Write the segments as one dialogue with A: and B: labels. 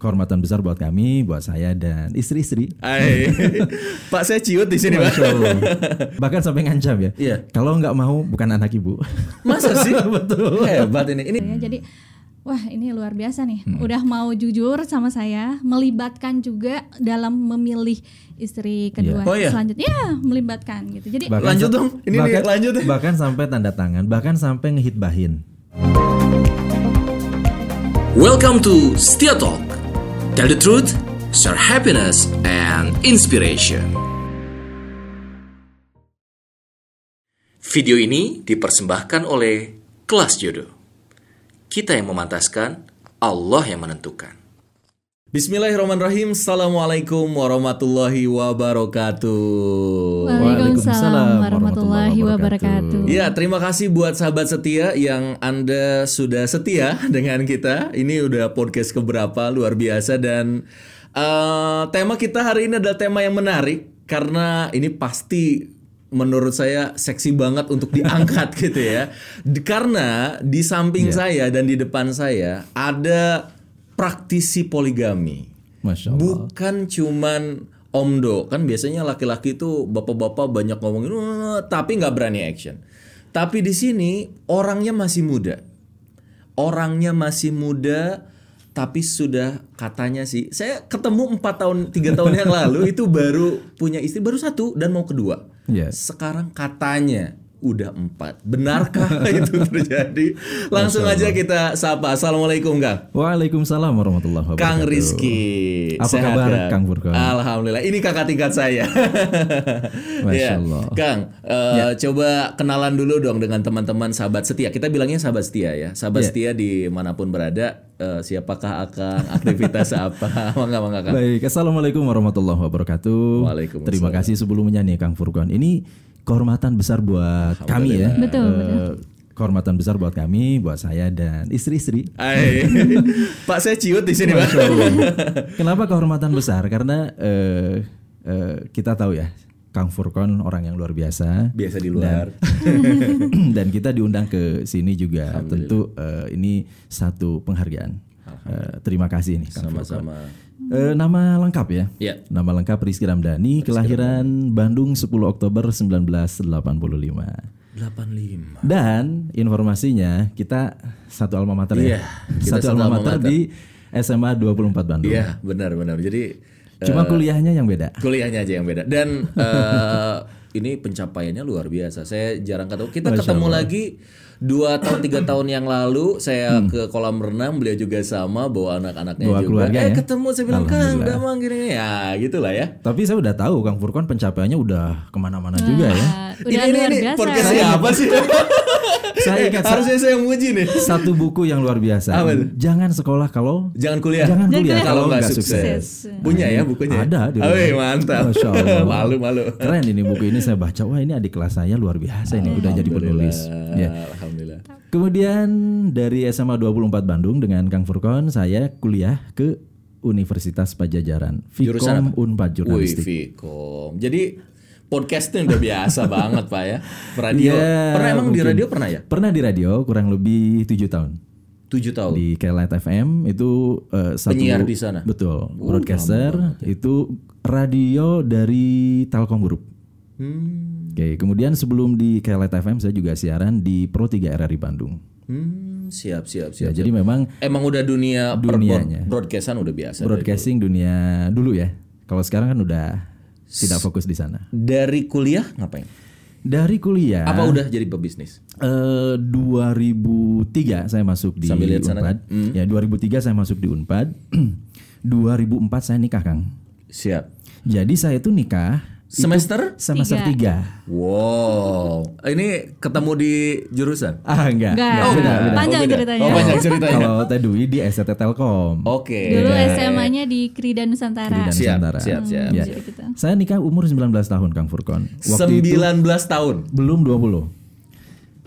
A: kehormatan besar buat kami, buat saya dan istri-istri.
B: Hai. Pak saya ciut di sini, Pak.
A: Masya Allah. Bahkan sampai ngancam ya.
B: Iya.
A: Kalau nggak mau bukan anak ibu.
B: Masa sih? Betul. Hebat ini. Ini
C: gitu ya. Jadi wah ini luar biasa nih. Udah mau jujur sama saya, melibatkan juga dalam memilih istri kedua
B: Oh, iya?
C: selanjutnya. Ya, melibatkan gitu. Jadi
B: Lanjut
A: sa-
B: dong. Ini nih, lanjut.
A: Bahkan sampai tanda tangan, bahkan sampai ngehitbahin.
D: Welcome to Setia Talk. Tell the truth, share happiness and inspiration. Video ini dipersembahkan oleh Kelas Jodoh. Kita yang memantaskan, Allah yang menentukan.
B: Bismillahirrahmanirrahim. Assalamualaikum warahmatullahi wabarakatuh.
A: Waalaikumsalam
C: Waalaikumsalam warahmatullahi
A: warahmatullahi
C: wabarakatuh.
B: Ya, terima kasih buat sahabat setia yang Anda sudah setia dengan kita. Ini udah podcast keberapa, luar biasa. Dan eh, tema kita hari ini adalah tema yang menarik. Karena ini pasti menurut saya seksi banget untuk diangkat gitu ya. Di- Karena di samping saya dan di depan saya ada praktisi poligami.
A: Masya Allah.
B: Bukan cuman omdo kan biasanya laki-laki itu bapak-bapak banyak ngomongin "Wah," tapi nggak berani action. Tapi di sini orangnya masih muda. Orangnya masih muda tapi sudah katanya sih saya ketemu empat tahun tiga tahun yang lalu itu baru punya istri baru satu dan mau kedua.
A: Iya.
B: Sekarang katanya udah empat. Benarkah itu terjadi? Langsung aja kita sapa. Assalamualaikum Kang.
A: Waalaikumsalam warahmatullahi wabarakatuh.
B: Kang Rizky.
A: Apa
B: Sehat, ya?
A: kabar, Kang Furqan?
B: Alhamdulillah. Ini kakak tingkat saya.
A: Masya
B: Ya.
A: Allah.
B: Kang,
A: Ya.
B: eh, coba kenalan dulu dong dengan teman-teman sahabat setia. Kita bilangnya sahabat setia ya. Sahabat setia dimanapun berada. eh, siapakah Akang? Aktivitas apa? Mangga, mangga Kang.
A: Baik, assalamualaikum warahmatullahi wabarakatuh.
B: Waalaikumsalam.
A: Terima kasih sebelumnya nih Kang Furqan. Ini kehormatan besar buat kami ya.
C: Betul,
A: Eh, Kehormatan besar buat kami, buat saya dan istri-istri.
B: Hai. Pak saya ciut di sini, Pak.
A: Kenapa kehormatan besar? Karena eh, eh, kita tahu ya, Kang Furkon orang yang luar biasa.
B: Biasa di luar.
A: Nah. dan kita diundang ke sini juga tentu eh, ini satu penghargaan. Eh, terima kasih nih Kang Furkon.
B: Sama-sama.
A: Eh, nama lengkap ya?
B: Iya.
A: Nama lengkap Rizky Ramdhani, kelahiran Bandung 10 Oktober 1985.
B: 85.
A: Dan informasinya kita satu alma mater ya.
B: Iya, kita
A: satu
B: satu
A: alma
B: alma
A: mater
B: mater.
A: di SMA 24 Bandung.
B: Iya, benar benar. Jadi
A: Cuma kuliahnya yang beda.
B: kuliahnya aja yang beda dan eh, ini pencapaiannya luar biasa saya jarang ketemu kita ketemu lagi dua tahun tiga tahun yang lalu saya ke kolam renang beliau juga sama bawa anak-anaknya
A: Hmm. Bawa
B: juga
A: keluarga
B: eh
A: ya?
B: ketemu saya bilang kang udah mang gini ya gitulah ya
A: Tapi saya udah tahu Kang Furkon pencapaiannya udah kemana-mana juga ya.
C: Eh, udah
B: ini
C: luar
B: ini
C: biasa.
B: podcast apa sih
A: Saya ingat sa-
B: harusnya saya yang muji nih
A: satu buku yang luar biasa.
B: Apa tuh?
A: Jangan sekolah kalau
B: jangan kuliah
A: jangan kuliah
B: kalau nggak sukses. punya ya bukunya
A: Ada di
B: oh,
A: rumah.
B: mantap
A: Masya Allah.
B: malu malu
A: Keren ini buku ini saya baca. Wah ini adik kelas saya luar biasa ini udah jadi penulis. Ya.
B: alhamdulillah
A: Kemudian dari SMA 24 Bandung dengan Kang Furkon saya kuliah ke Universitas Pajajaran.
B: Jurusan
A: Fikom Unpad
B: Wih,
A: Jurnalistik.
B: Vicom. Jadi podcastnya udah biasa banget pak ya. Radio.
A: Ya,
B: pernah emang di
A: mungkin.
B: radio pernah ya?
A: Pernah di radio kurang lebih tujuh tahun.
B: Tujuh tahun.
A: di Kelight FM itu eh, satu
B: Oh. Penyiar di sana? Uh,
A: Betul, broadcaster
B: ya.
A: itu radio dari Telkom Group.
B: Hmm,
A: Oke, kemudian sebelum di Kelight FM saya juga siaran di Pro 3 RRI Bandung.
B: hmm, siap siap
A: Ya,
B: siap.
A: jadi memang
B: Emang udah dunia per-
A: Dunianya.
B: broadcastan udah biasa.
A: broadcasting dunia dulu ya. Kalau sekarang kan udah tidak fokus di sana.
B: Dari kuliah ngapain?
A: Dari kuliah
B: Apa udah jadi pebisnis?
A: eh, 2003 saya masuk di
B: Sambil lihat sana, kan? Hmm.
A: Unpad. Ya, 2003 saya masuk di Unpad. 2004 saya nikah, Kang.
B: Siap.
A: Jadi saya itu nikah
B: Semester?
A: semester 3.
B: Wow. Ini ketemu di jurusan.
A: Ah enggak.
C: Enggak.
A: enggak, beda,
C: enggak.
A: beda.
C: Panjang
B: Oh, beda.
C: ceritanya.
B: Oh, panjang ceritanya.
A: Kalau Tedui di SCT Telkom.
B: Oke.
C: Dulu SMA-nya di Krida Nusantara.
A: Krida
B: Siap,
A: Nusantara.
B: siap, siap.
A: Ya.
C: Jadi gitu.
A: Saya nikah umur 19 tahun Kang Furkon. Waktu itu
B: 19 tahun.
A: belum 20.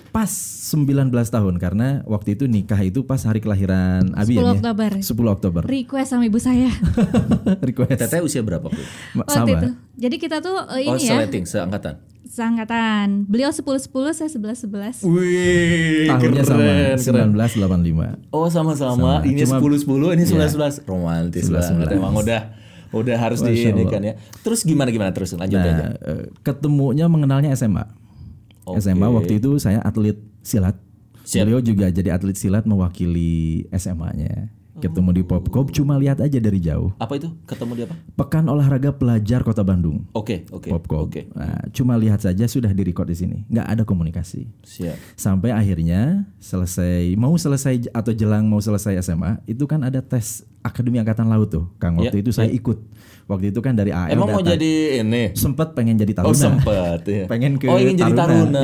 A: Pas 19 tahun karena waktu itu nikah itu pas hari kelahiran Abi
C: 10
A: ya.
C: Oktober.
A: 10 Oktober.
C: Request sama ibu saya
A: Request
B: Teteh usia berapa? Bu?
A: Ma-
C: waktu
A: sama.
C: itu. Jadi kita tuh eh,
B: Oh,
C: ini ya.
B: seleting, seangkatan.
C: seangkatan. Beliau 10-10, saya 11-11.
B: Wih,
A: Tahunnya
B: keren, keren.
A: sama 1985.
B: Oh sama-sama, ini
A: Cuma-
B: 10-10, ini 11-11 Romantis banget, emang udah Udah harus diinikan ya Terus gimana-gimana terus, lanjut aja
A: Nah, eh, ketemunya mengenalnya SMA. SMA waktu itu saya atlet silat.
B: Siap.
A: Beliau juga jadi atlet silat mewakili SMA-nya. Ketemu
B: Oh.
A: di Popkop cuma lihat aja dari jauh.
B: Apa itu? Ketemu di apa?
A: Pekan Olahraga Pelajar Kota Bandung.
B: Oke, oke,
A: Popkop.
B: oke
A: Nah, cuma lihat saja sudah direcord di sini. nggak ada komunikasi.
B: Siap
A: Sampai akhirnya selesai mau selesai j- atau jelang mau selesai SMA, itu kan ada tes Akademi Angkatan Laut tuh. Kang waktu itu saya ikut. Waktu itu kan dari AL
B: Iya, Emang mau
A: datang.
B: jadi ini?
A: sempat pengen jadi taruna.
B: Oh sempet ya.
A: Pengen ke
B: Oh ingin jadi
A: Taruna.
B: taruna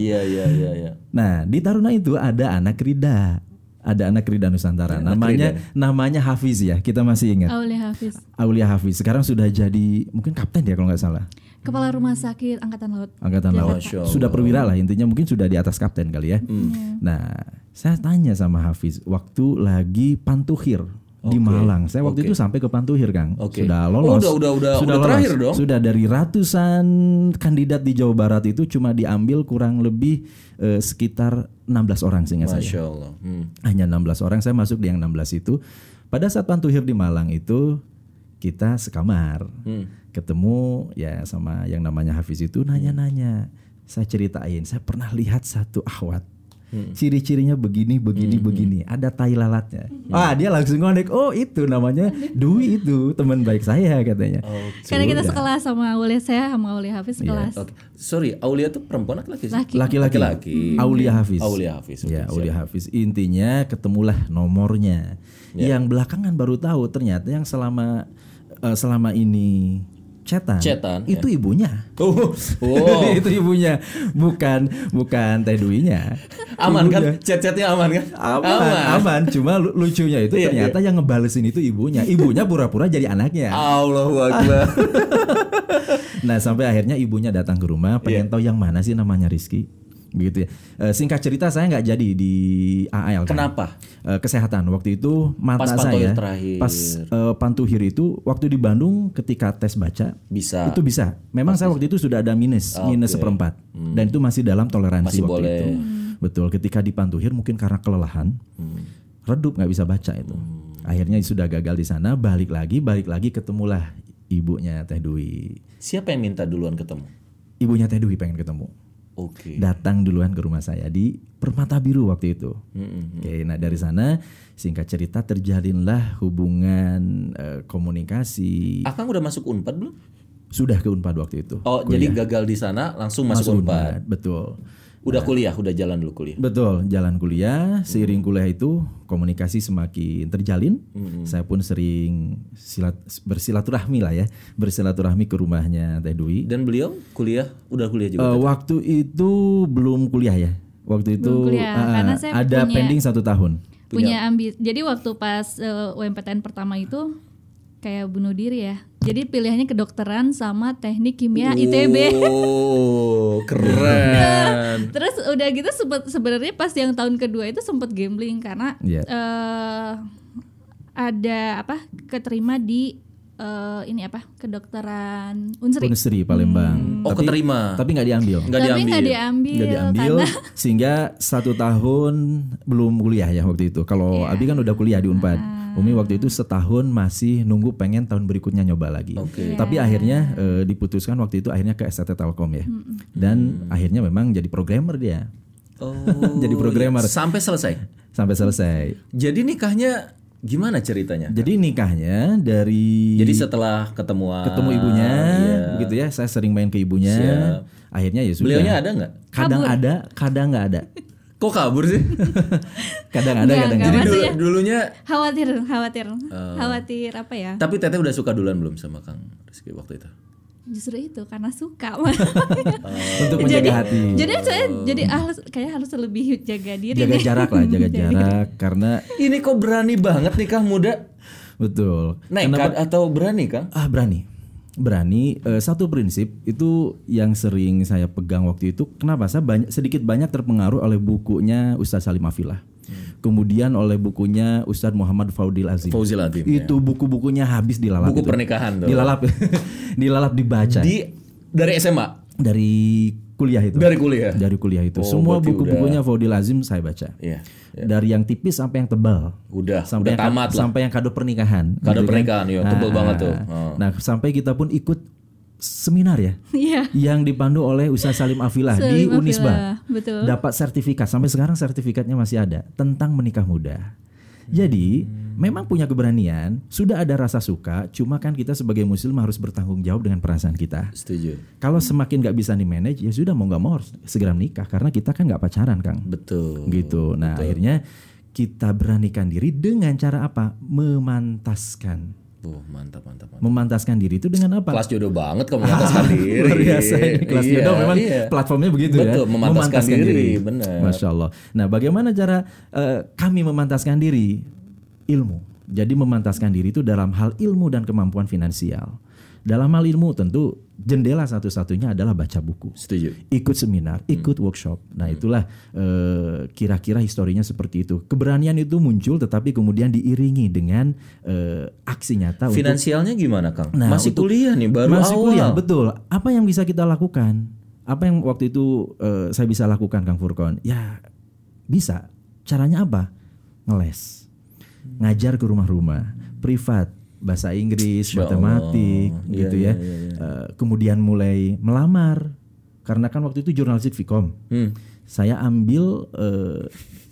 B: Iya, iya, iya, iya
A: Nah, di Taruna itu ada anak Rida. Ada anak Rida Nusantara. namanya namanya Hafiz ya. Kita masih ingat.
C: Aulia Hafiz.
A: Aulia Hafiz sekarang sudah jadi mungkin kapten ya kalau nggak salah.
C: Kepala Rumah Sakit Angkatan Laut.
A: Angkatan laut.
B: Masya Allah. Hmm.
A: Sudah perwira lah intinya mungkin sudah di atas kapten kali ya. Nah, saya tanya sama Hafiz waktu lagi pantuhir di Malang. Saya waktu itu sampai ke pantuhir, Kang.
B: Oke.
A: Sudah
B: Oh,
A: lolos.
B: udah- udah- udah- udah
A: lolos.
B: terakhir dong.
A: Sudah dari ratusan kandidat di Jawa Barat itu cuma diambil kurang lebih eh, sekitar 16 orang seingat saya
B: Masya Allah Hmm.
A: hanya 16 orang saya masuk di yang 16 itu pada saat pantuhir di Malang itu kita sekamar ketemu ya sama yang namanya Hafiz itu nanya-nanya saya ceritain saya pernah lihat satu ahwat ciri-cirinya begini begini begini ada tai lalatnya ah dia langsung ngonek oh itu namanya Dwi itu teman baik saya katanya
C: Karena kita sekelas sama Aulia saya sama Aulia Hafiz sekelas.
B: Oke. Sorry, Aulia tuh perempuan laki-laki? sih?
A: laki-laki
B: Laki-laki. Iya.
A: Aulia Hafiz
B: Aulia Hafiz, oke,
A: ya Aulia Hafiz intinya ketemulah nomornya
B: Ya.
A: yang belakangan baru tahu ternyata yang selama eh, selama ini cetan,
B: Cetan, ya.
A: itu ibunya
B: Oh, oh.
A: itu ibunya bukan bukan teh duinya
B: aman kan? Chat-chatnya aman Iya, kan?
A: aman, aman. Cuma lu- lucunya itu ternyata yang ngebalesin itu ibunya. Ibunya pura-pura jadi
B: Ah,
A: anaknya.
B: Allahu Akbar.
A: Nah sampai akhirnya ibunya datang ke rumah pengen
B: Iya.
A: tahu yang mana sih namanya Rizky begitu ya. Eh, singkat cerita saya nggak jadi di AAL. kan.
B: Kenapa?
A: Eh, kesehatan waktu itu mata
B: Pas
A: saya
B: pantuhir terakhir.
A: pas eh, pantuhir itu waktu di Bandung ketika tes baca
B: Bisa.
A: itu bisa. Memang saya waktu itu sudah ada minus minus seperempat dan itu masih dalam toleransi
B: Ah, Hmm. Masih
A: waktu
B: boleh.
A: itu. Betul. Ketika di pantuhir mungkin karena kelelahan
B: Hmm.
A: redup nggak bisa baca itu. Akhirnya sudah gagal di sana balik lagi balik lagi ketemulah ibunya Teh Dwi
B: Siapa yang minta duluan ketemu?
A: ibunya Teh Dwi pengen ketemu.
B: Oke.
A: Datang duluan ke rumah saya di Permata Biru waktu itu.
B: Mm-hmm.
A: Oke, nah dari sana singkat cerita terjalinlah hubungan eh, komunikasi
B: Akang udah masuk Unpad belum?
A: sudah ke Unpad waktu itu.
B: Iya. Oh, jadi gagal di sana langsung masuk, Unpad. Nah.
A: betul.
B: Udah kuliah, udah jalan dulu kuliah.
A: Betul, jalan kuliah,
B: Mm-hmm.
A: seiring kuliah itu komunikasi semakin terjalin. Saya pun sering silat, bersilaturahmi lah ya, bersilaturahmi ke rumahnya Teh Dwi.
B: Dan beliau kuliah, udah kuliah juga.
A: Eh, waktu itu belum kuliah ya. Waktu itu ah,
C: kuliah,
A: ah,
C: karena saya
A: ada
C: punya-
A: pending satu tahun.
C: punya ambis. Jadi waktu pas eh, UMPTN pertama itu kayak bunuh diri ya. Jadi pilihannya kedokteran sama teknik kimia ITB.
B: Oh, keren.
C: Terus udah gitu sempet- sebenarnya pas yang tahun kedua itu sempet gambling karena
A: Iya.
C: eh, ada apa keterima di eh, ini apa kedokteran Unsri.
A: Unsri Palembang.
B: Oh, keterima.
A: Tapi nggak diambil.
B: Nggak
C: Tapi
B: diambil.
C: Hmm. nggak diambil,
A: Nggak diambil
C: karena
A: sehingga satu tahun belum kuliah ya waktu itu. Kalau
C: Iya.
A: Abi kan udah kuliah di Unpad.
C: Ah.
A: Umi waktu itu setahun masih nunggu pengen tahun berikutnya nyoba lagi.
B: Oke.
C: Iya.
A: Tapi akhirnya eh, diputuskan waktu itu akhirnya ke STT Telkom ya. Dan
B: Hmm.
A: akhirnya memang jadi programmer dia
B: Oh,
A: Jadi programmer.
B: Sampai selesai.
A: sampai selesai.
B: Jadi nikahnya gimana ceritanya?
A: Jadi nikahnya dari
B: Jadi setelah ketemuan
A: ketemu ibunya
B: iya.
A: begitu ya saya sering main ke ibunya
B: Siap.
A: akhirnya ya sudah
B: Beliaunya ada nggak?
A: kadang ada kadang nggak ada
B: Kok kabur sih?
A: kadang ada
C: Nggak,
A: kadang nggak ada
C: nggak masuk.
B: Dulu,
C: Maksudnya-
B: dulunya
C: Khawatir, khawatir, khawatir apa ya?
B: tapi Teteh udah suka duluan belum sama Kang Rizky waktu itu?
C: Justru itu karena suka.
A: untuk menjaga hati
C: jadi saya jadi harus kayak harus lebih jaga diri
A: jaga
C: deh.
A: jarak lah jaga jarak karena
B: Ini kok berani banget nikah muda?
A: betul
B: Nekat atau berani Kang?
A: ah berani berani eh, satu prinsip itu yang sering saya pegang waktu itu kenapa saya banyak sedikit banyak terpengaruh oleh bukunya Ustadz Salim Afilah kemudian oleh bukunya Ustadz Muhammad Faudil Azim
B: Fauzil Azim,
A: itu buku-bukunya habis dilalap
B: ya. Buku
A: itu.
B: pernikahan tuh.
A: dilalap dilalap dibaca
B: Di dari SMA.
A: dari kuliah itu.
B: Dari kuliah?
A: Dari kuliah itu.
B: Oh,
A: Semua
B: berarti
A: buku-bukunya Faudil Azim saya baca.
B: Iya.
A: Dari yang tipis sampai yang tebal.
B: Udah,
A: Sampai
B: udah
A: yang,
B: tamat lah.
A: sampai yang kado pernikahan. gitu
B: Kado
A: kan.
B: pernikahan, iya, tebal
A: Ah,
B: banget tuh. Oh.
A: ah. Nah, sampai kita pun ikut seminar ya
C: Iya.
A: yang dipandu oleh Ustaz Salim Afilah Nah, di
C: Salim Afilah,
A: Unisba.
C: betul.
A: Dapat sertifikat sampai sekarang sertifikatnya masih ada tentang menikah muda. Jadi,
B: Hmm.
A: memang punya keberanian, sudah ada rasa suka, cuma kan kita sebagai muslim harus bertanggung jawab dengan perasaan kita.
B: Setuju.
A: Kalau semakin nggak bisa di manage ya sudah mau nggak mau harus segera menikah karena kita kan nggak pacaran kang.
B: Betul.
A: Gitu. Nah akhirnya kita beranikan diri dengan cara apa? Memantaskan.
B: Wah, mantap, mantap, mantap.
A: Memantaskan diri itu dengan apa?
B: Kelas jodoh banget kamu mengataskan diri.
A: Luar biasa ini kelas
B: Iya,
A: jodoh memang
B: iya.
A: platformnya begitu ya.
B: Betul, memantaskan diri, benar.
A: Masya Allah. Nah bagaimana cara eh, kami memantaskan diri? Ilmu. Jadi memantaskan diri itu dalam hal ilmu dan kemampuan finansial. Dalam hal ilmu tentu jendela satu-satunya adalah baca buku
B: Setuju.
A: ikut seminar,
B: Hmm.
A: ikut workshop. Nah, itulah eh, kira-kira historinya seperti itu. Keberanian itu muncul tetapi kemudian diiringi dengan eh, aksi nyata untuk-
B: Finansialnya gimana, Kang?
A: Nah,
B: masih
A: untuk-
B: kuliah nih, baru
A: masih
B: awal.
A: kuliah, betul. Apa yang bisa kita lakukan? Apa yang waktu itu eh, saya bisa lakukan Kang Furkon? Ya, bisa. Caranya apa? Ngeles. Ngajar ke rumah-rumah, privat, bahasa Inggris,
B: Masya
A: matematik
B: Allah.
A: gitu
B: Iya,
A: ya.
B: iya, iya,
A: Eh, kemudian mulai melamar. Karena kan waktu itu jurnalistik Vkom.
B: Hmm.
A: Saya ambil eh,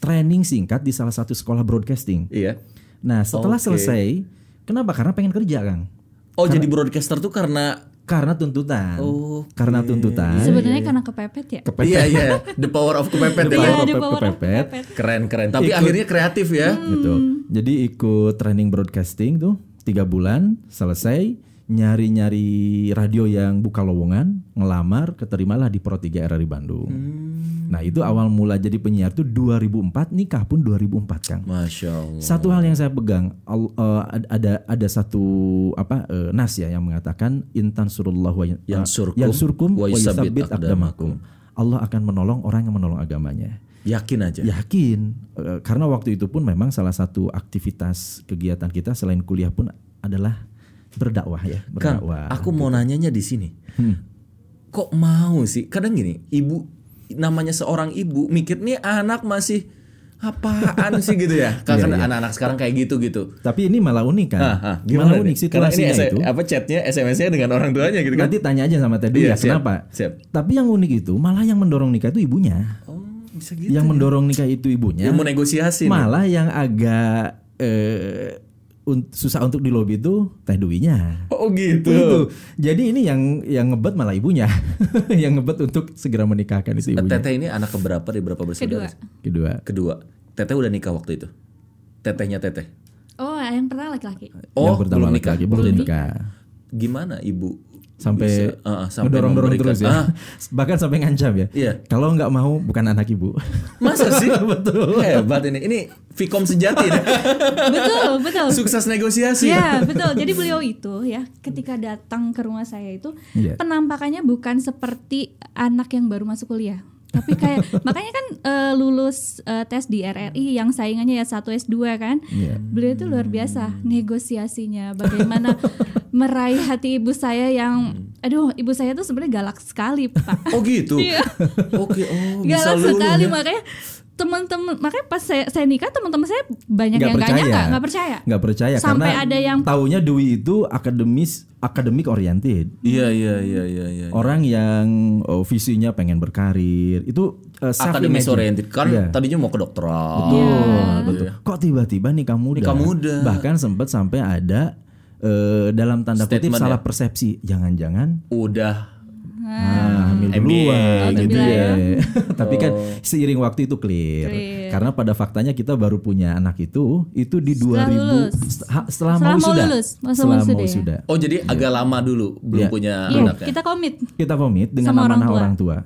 A: training singkat di salah satu sekolah broadcasting.
B: Iya.
A: Nah, setelah
B: Oke.
A: selesai, kenapa? Karena pengen kerja, Kang
B: Oh, jadi broadcaster tuh karena
A: karena tuntutan
B: Oke.
A: karena tuntutan
C: Iya, Sebenarnya karena kepepet ya.
B: Iya, iya. The power of kepepet
A: Iya,
B: ya.
A: kepepet,
C: the power of
A: kepepet.
B: Keren, keren. Tapi akhirnya kreatif ya.
A: gitu jadi ikut training broadcasting tuh tiga bulan selesai nyari nyari radio yang buka lowongan ngelamar keterimalah di Pro 3 RRI Bandung
B: Hmm.
A: nah itu awal mula jadi penyiar tuh 2004 nikah pun 2004 kang
B: Masya Allah.
A: Satu hal yang saya pegang al- eh, ad- ada ada satu apa eh, nas ya yang mengatakan intan surullah wa
B: Yansurkum
A: yang surkum
B: wa
A: wa
B: yusabbit
A: yusabbit
B: aqdamakum.
A: aqdamakum. Allah akan menolong orang yang menolong agamanya.
B: Yakin aja.
A: Yakin Eh, karena waktu itu pun memang salah satu aktivitas kegiatan kita selain kuliah pun adalah berdakwah ya,
B: Kang,
A: berdakwah.
B: Kan, aku mau nanyanya di sini.
A: Hmm.
B: Kok mau sih? Kadang gini, ibu namanya seorang ibu mikir nih anak masih apaan sih gitu ya? Kan
A: Iya,
B: kan anak-anak sekarang kayak gitu gitu.
A: Tapi ini malah unik kan?
B: Ah, ah,
A: malah
B: gimana nih?
A: unik
B: Karena ini
A: situasinya
B: S-
A: itu.
B: apa chatnya SMS-nya dengan orang tuanya gitu kan?
A: Nanti tanya aja sama Teh
B: Iya,
A: Dwi ya,
B: siap,
A: kenapa?
B: siap.
A: Tapi yang unik itu malah yang mendorong nikah itu ibunya.
B: Oh, bisa gitu.
A: Yang mendorong nikah itu ibunya.
B: Ilmu negosiasi. nih.
A: Malah yang agak eh, un- susah untuk dilobi itu teh duinya.
B: Oh gitu.
A: Itu. Jadi ini yang yang ngebet malah ibunya. yang ngebet untuk segera menikahkan itu ibunya.
B: Eh, Teteh ini anak keberapa di berapa bersaudara?
C: Kedua.
A: Kedua.
B: Kedua. Teteh udah nikah waktu itu. Tetehnya Teteh.
C: Oh, yang pernah laki-laki.
B: Oh,
A: yang pertama
B: belum nikah.
A: laki-laki, belum
B: waktu itu.
A: nikah.
B: Gimana ibu?
A: Sampai
B: bisa, ah, ah, sampai
A: mendorong-dorong
B: memberikan-
A: terus ya.
B: Ah,
A: Bahkan sampai ngancam ya.
B: Iya.
A: Kalau nggak mau bukan anak ibu.
B: Masa sih? Betul. Hebat ini. Ini Vicom sejati nih.
C: betul, betul.
B: Sukses negosiasi.
C: Ya betul. Jadi beliau itu ya ketika datang ke rumah saya itu
A: Iya.
C: penampakannya bukan seperti anak yang baru masuk kuliah. Tapi kayak makanya kan eh, lulus eh, tes di RRI yang saingannya ya 1 S2 kan.
A: Iya.
C: Beliau itu luar biasa negosiasinya bagaimana meraih hati ibu saya yang
A: Hmm.
C: aduh ibu saya tuh sebenarnya galak sekali, Pak.
B: Oh gitu.
C: Iya.
B: Oke, oh bisa
C: galak
B: lulu.
A: ya.
C: sekali makanya teman-teman makanya pas saya, saya nikah teman-teman saya banyak
A: Nggak
C: yang nggak
A: percaya.
C: nyangka nggak percaya
A: Nggak percaya
C: Sampai
A: karena
C: ada yang-
A: taunya Dwi itu akademis akademik oriented.
B: Iya, iya, iya, iya, iya.
A: orang yang oh, visinya pengen berkarir itu uh, self
B: Akademis
A: imagine.
B: oriented kan
A: Iya.
B: tadinya mau ke dokteran.
A: betul
C: Iya.
A: betul kok tiba-tiba nikah muda
B: Nikah muda.
A: bahkan sempat sampai ada eh, dalam tanda kutip
B: Statement ya?
A: salah persepsi jangan-jangan
B: Udah
A: ah, hamil
B: MBA,
A: duluan
B: gitu
A: MBA.
B: ya.
A: tapi kan
B: Oh.
A: seiring waktu itu clear.
C: Clear.
A: karena pada faktanya kita baru punya anak itu itu di
C: Setelah
A: 2000
C: lulus.
A: se- ha- setelah,
C: Setelah
A: mau
C: mau
A: sudah
C: lulus, mau
A: setelah
C: sudah
A: mau
C: ya.
A: sudah
B: Oh, jadi agak lama dulu belum
A: Iya.
B: punya
C: Iya,
B: anaknya.
C: kita komit
A: kita pamit dengan
C: Sama orang
A: amanah
C: tua.
A: orang tua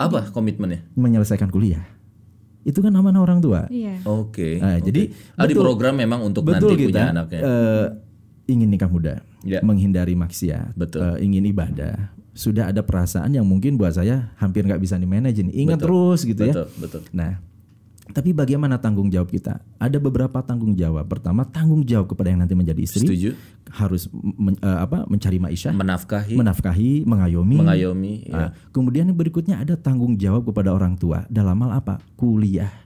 B: Apa komitmennya?
A: menyelesaikan kuliah itu kan amanah orang tua
C: iya
B: Oke.
A: Nah,
B: oke.
A: jadi
B: ah, di
A: betul-
B: program memang untuk
A: betul
B: nanti
A: kita
B: punya anaknya.
A: eh, ingin nikah muda,
B: Ya.
A: menghindari maksiat,
B: Betul.
A: eh, ingin ibadah. Sudah ada perasaan yang mungkin buat saya hampir nggak bisa di manage. Ingat terus gitu ya.
B: betul, betul.
A: Nah, Tapi bagaimana tanggung jawab kita? Ada beberapa tanggung jawab. Pertama, tanggung jawab kepada yang nanti menjadi istri
B: Setuju.
A: harus men- eh, apa? mencari maisha,
B: Menafkahi,
A: menafkahi, mengayomi.
B: mengayomi.
A: Nah,
B: ya.
A: kemudian yang berikutnya ada tanggung jawab kepada orang tua dalam hal apa? Kuliah.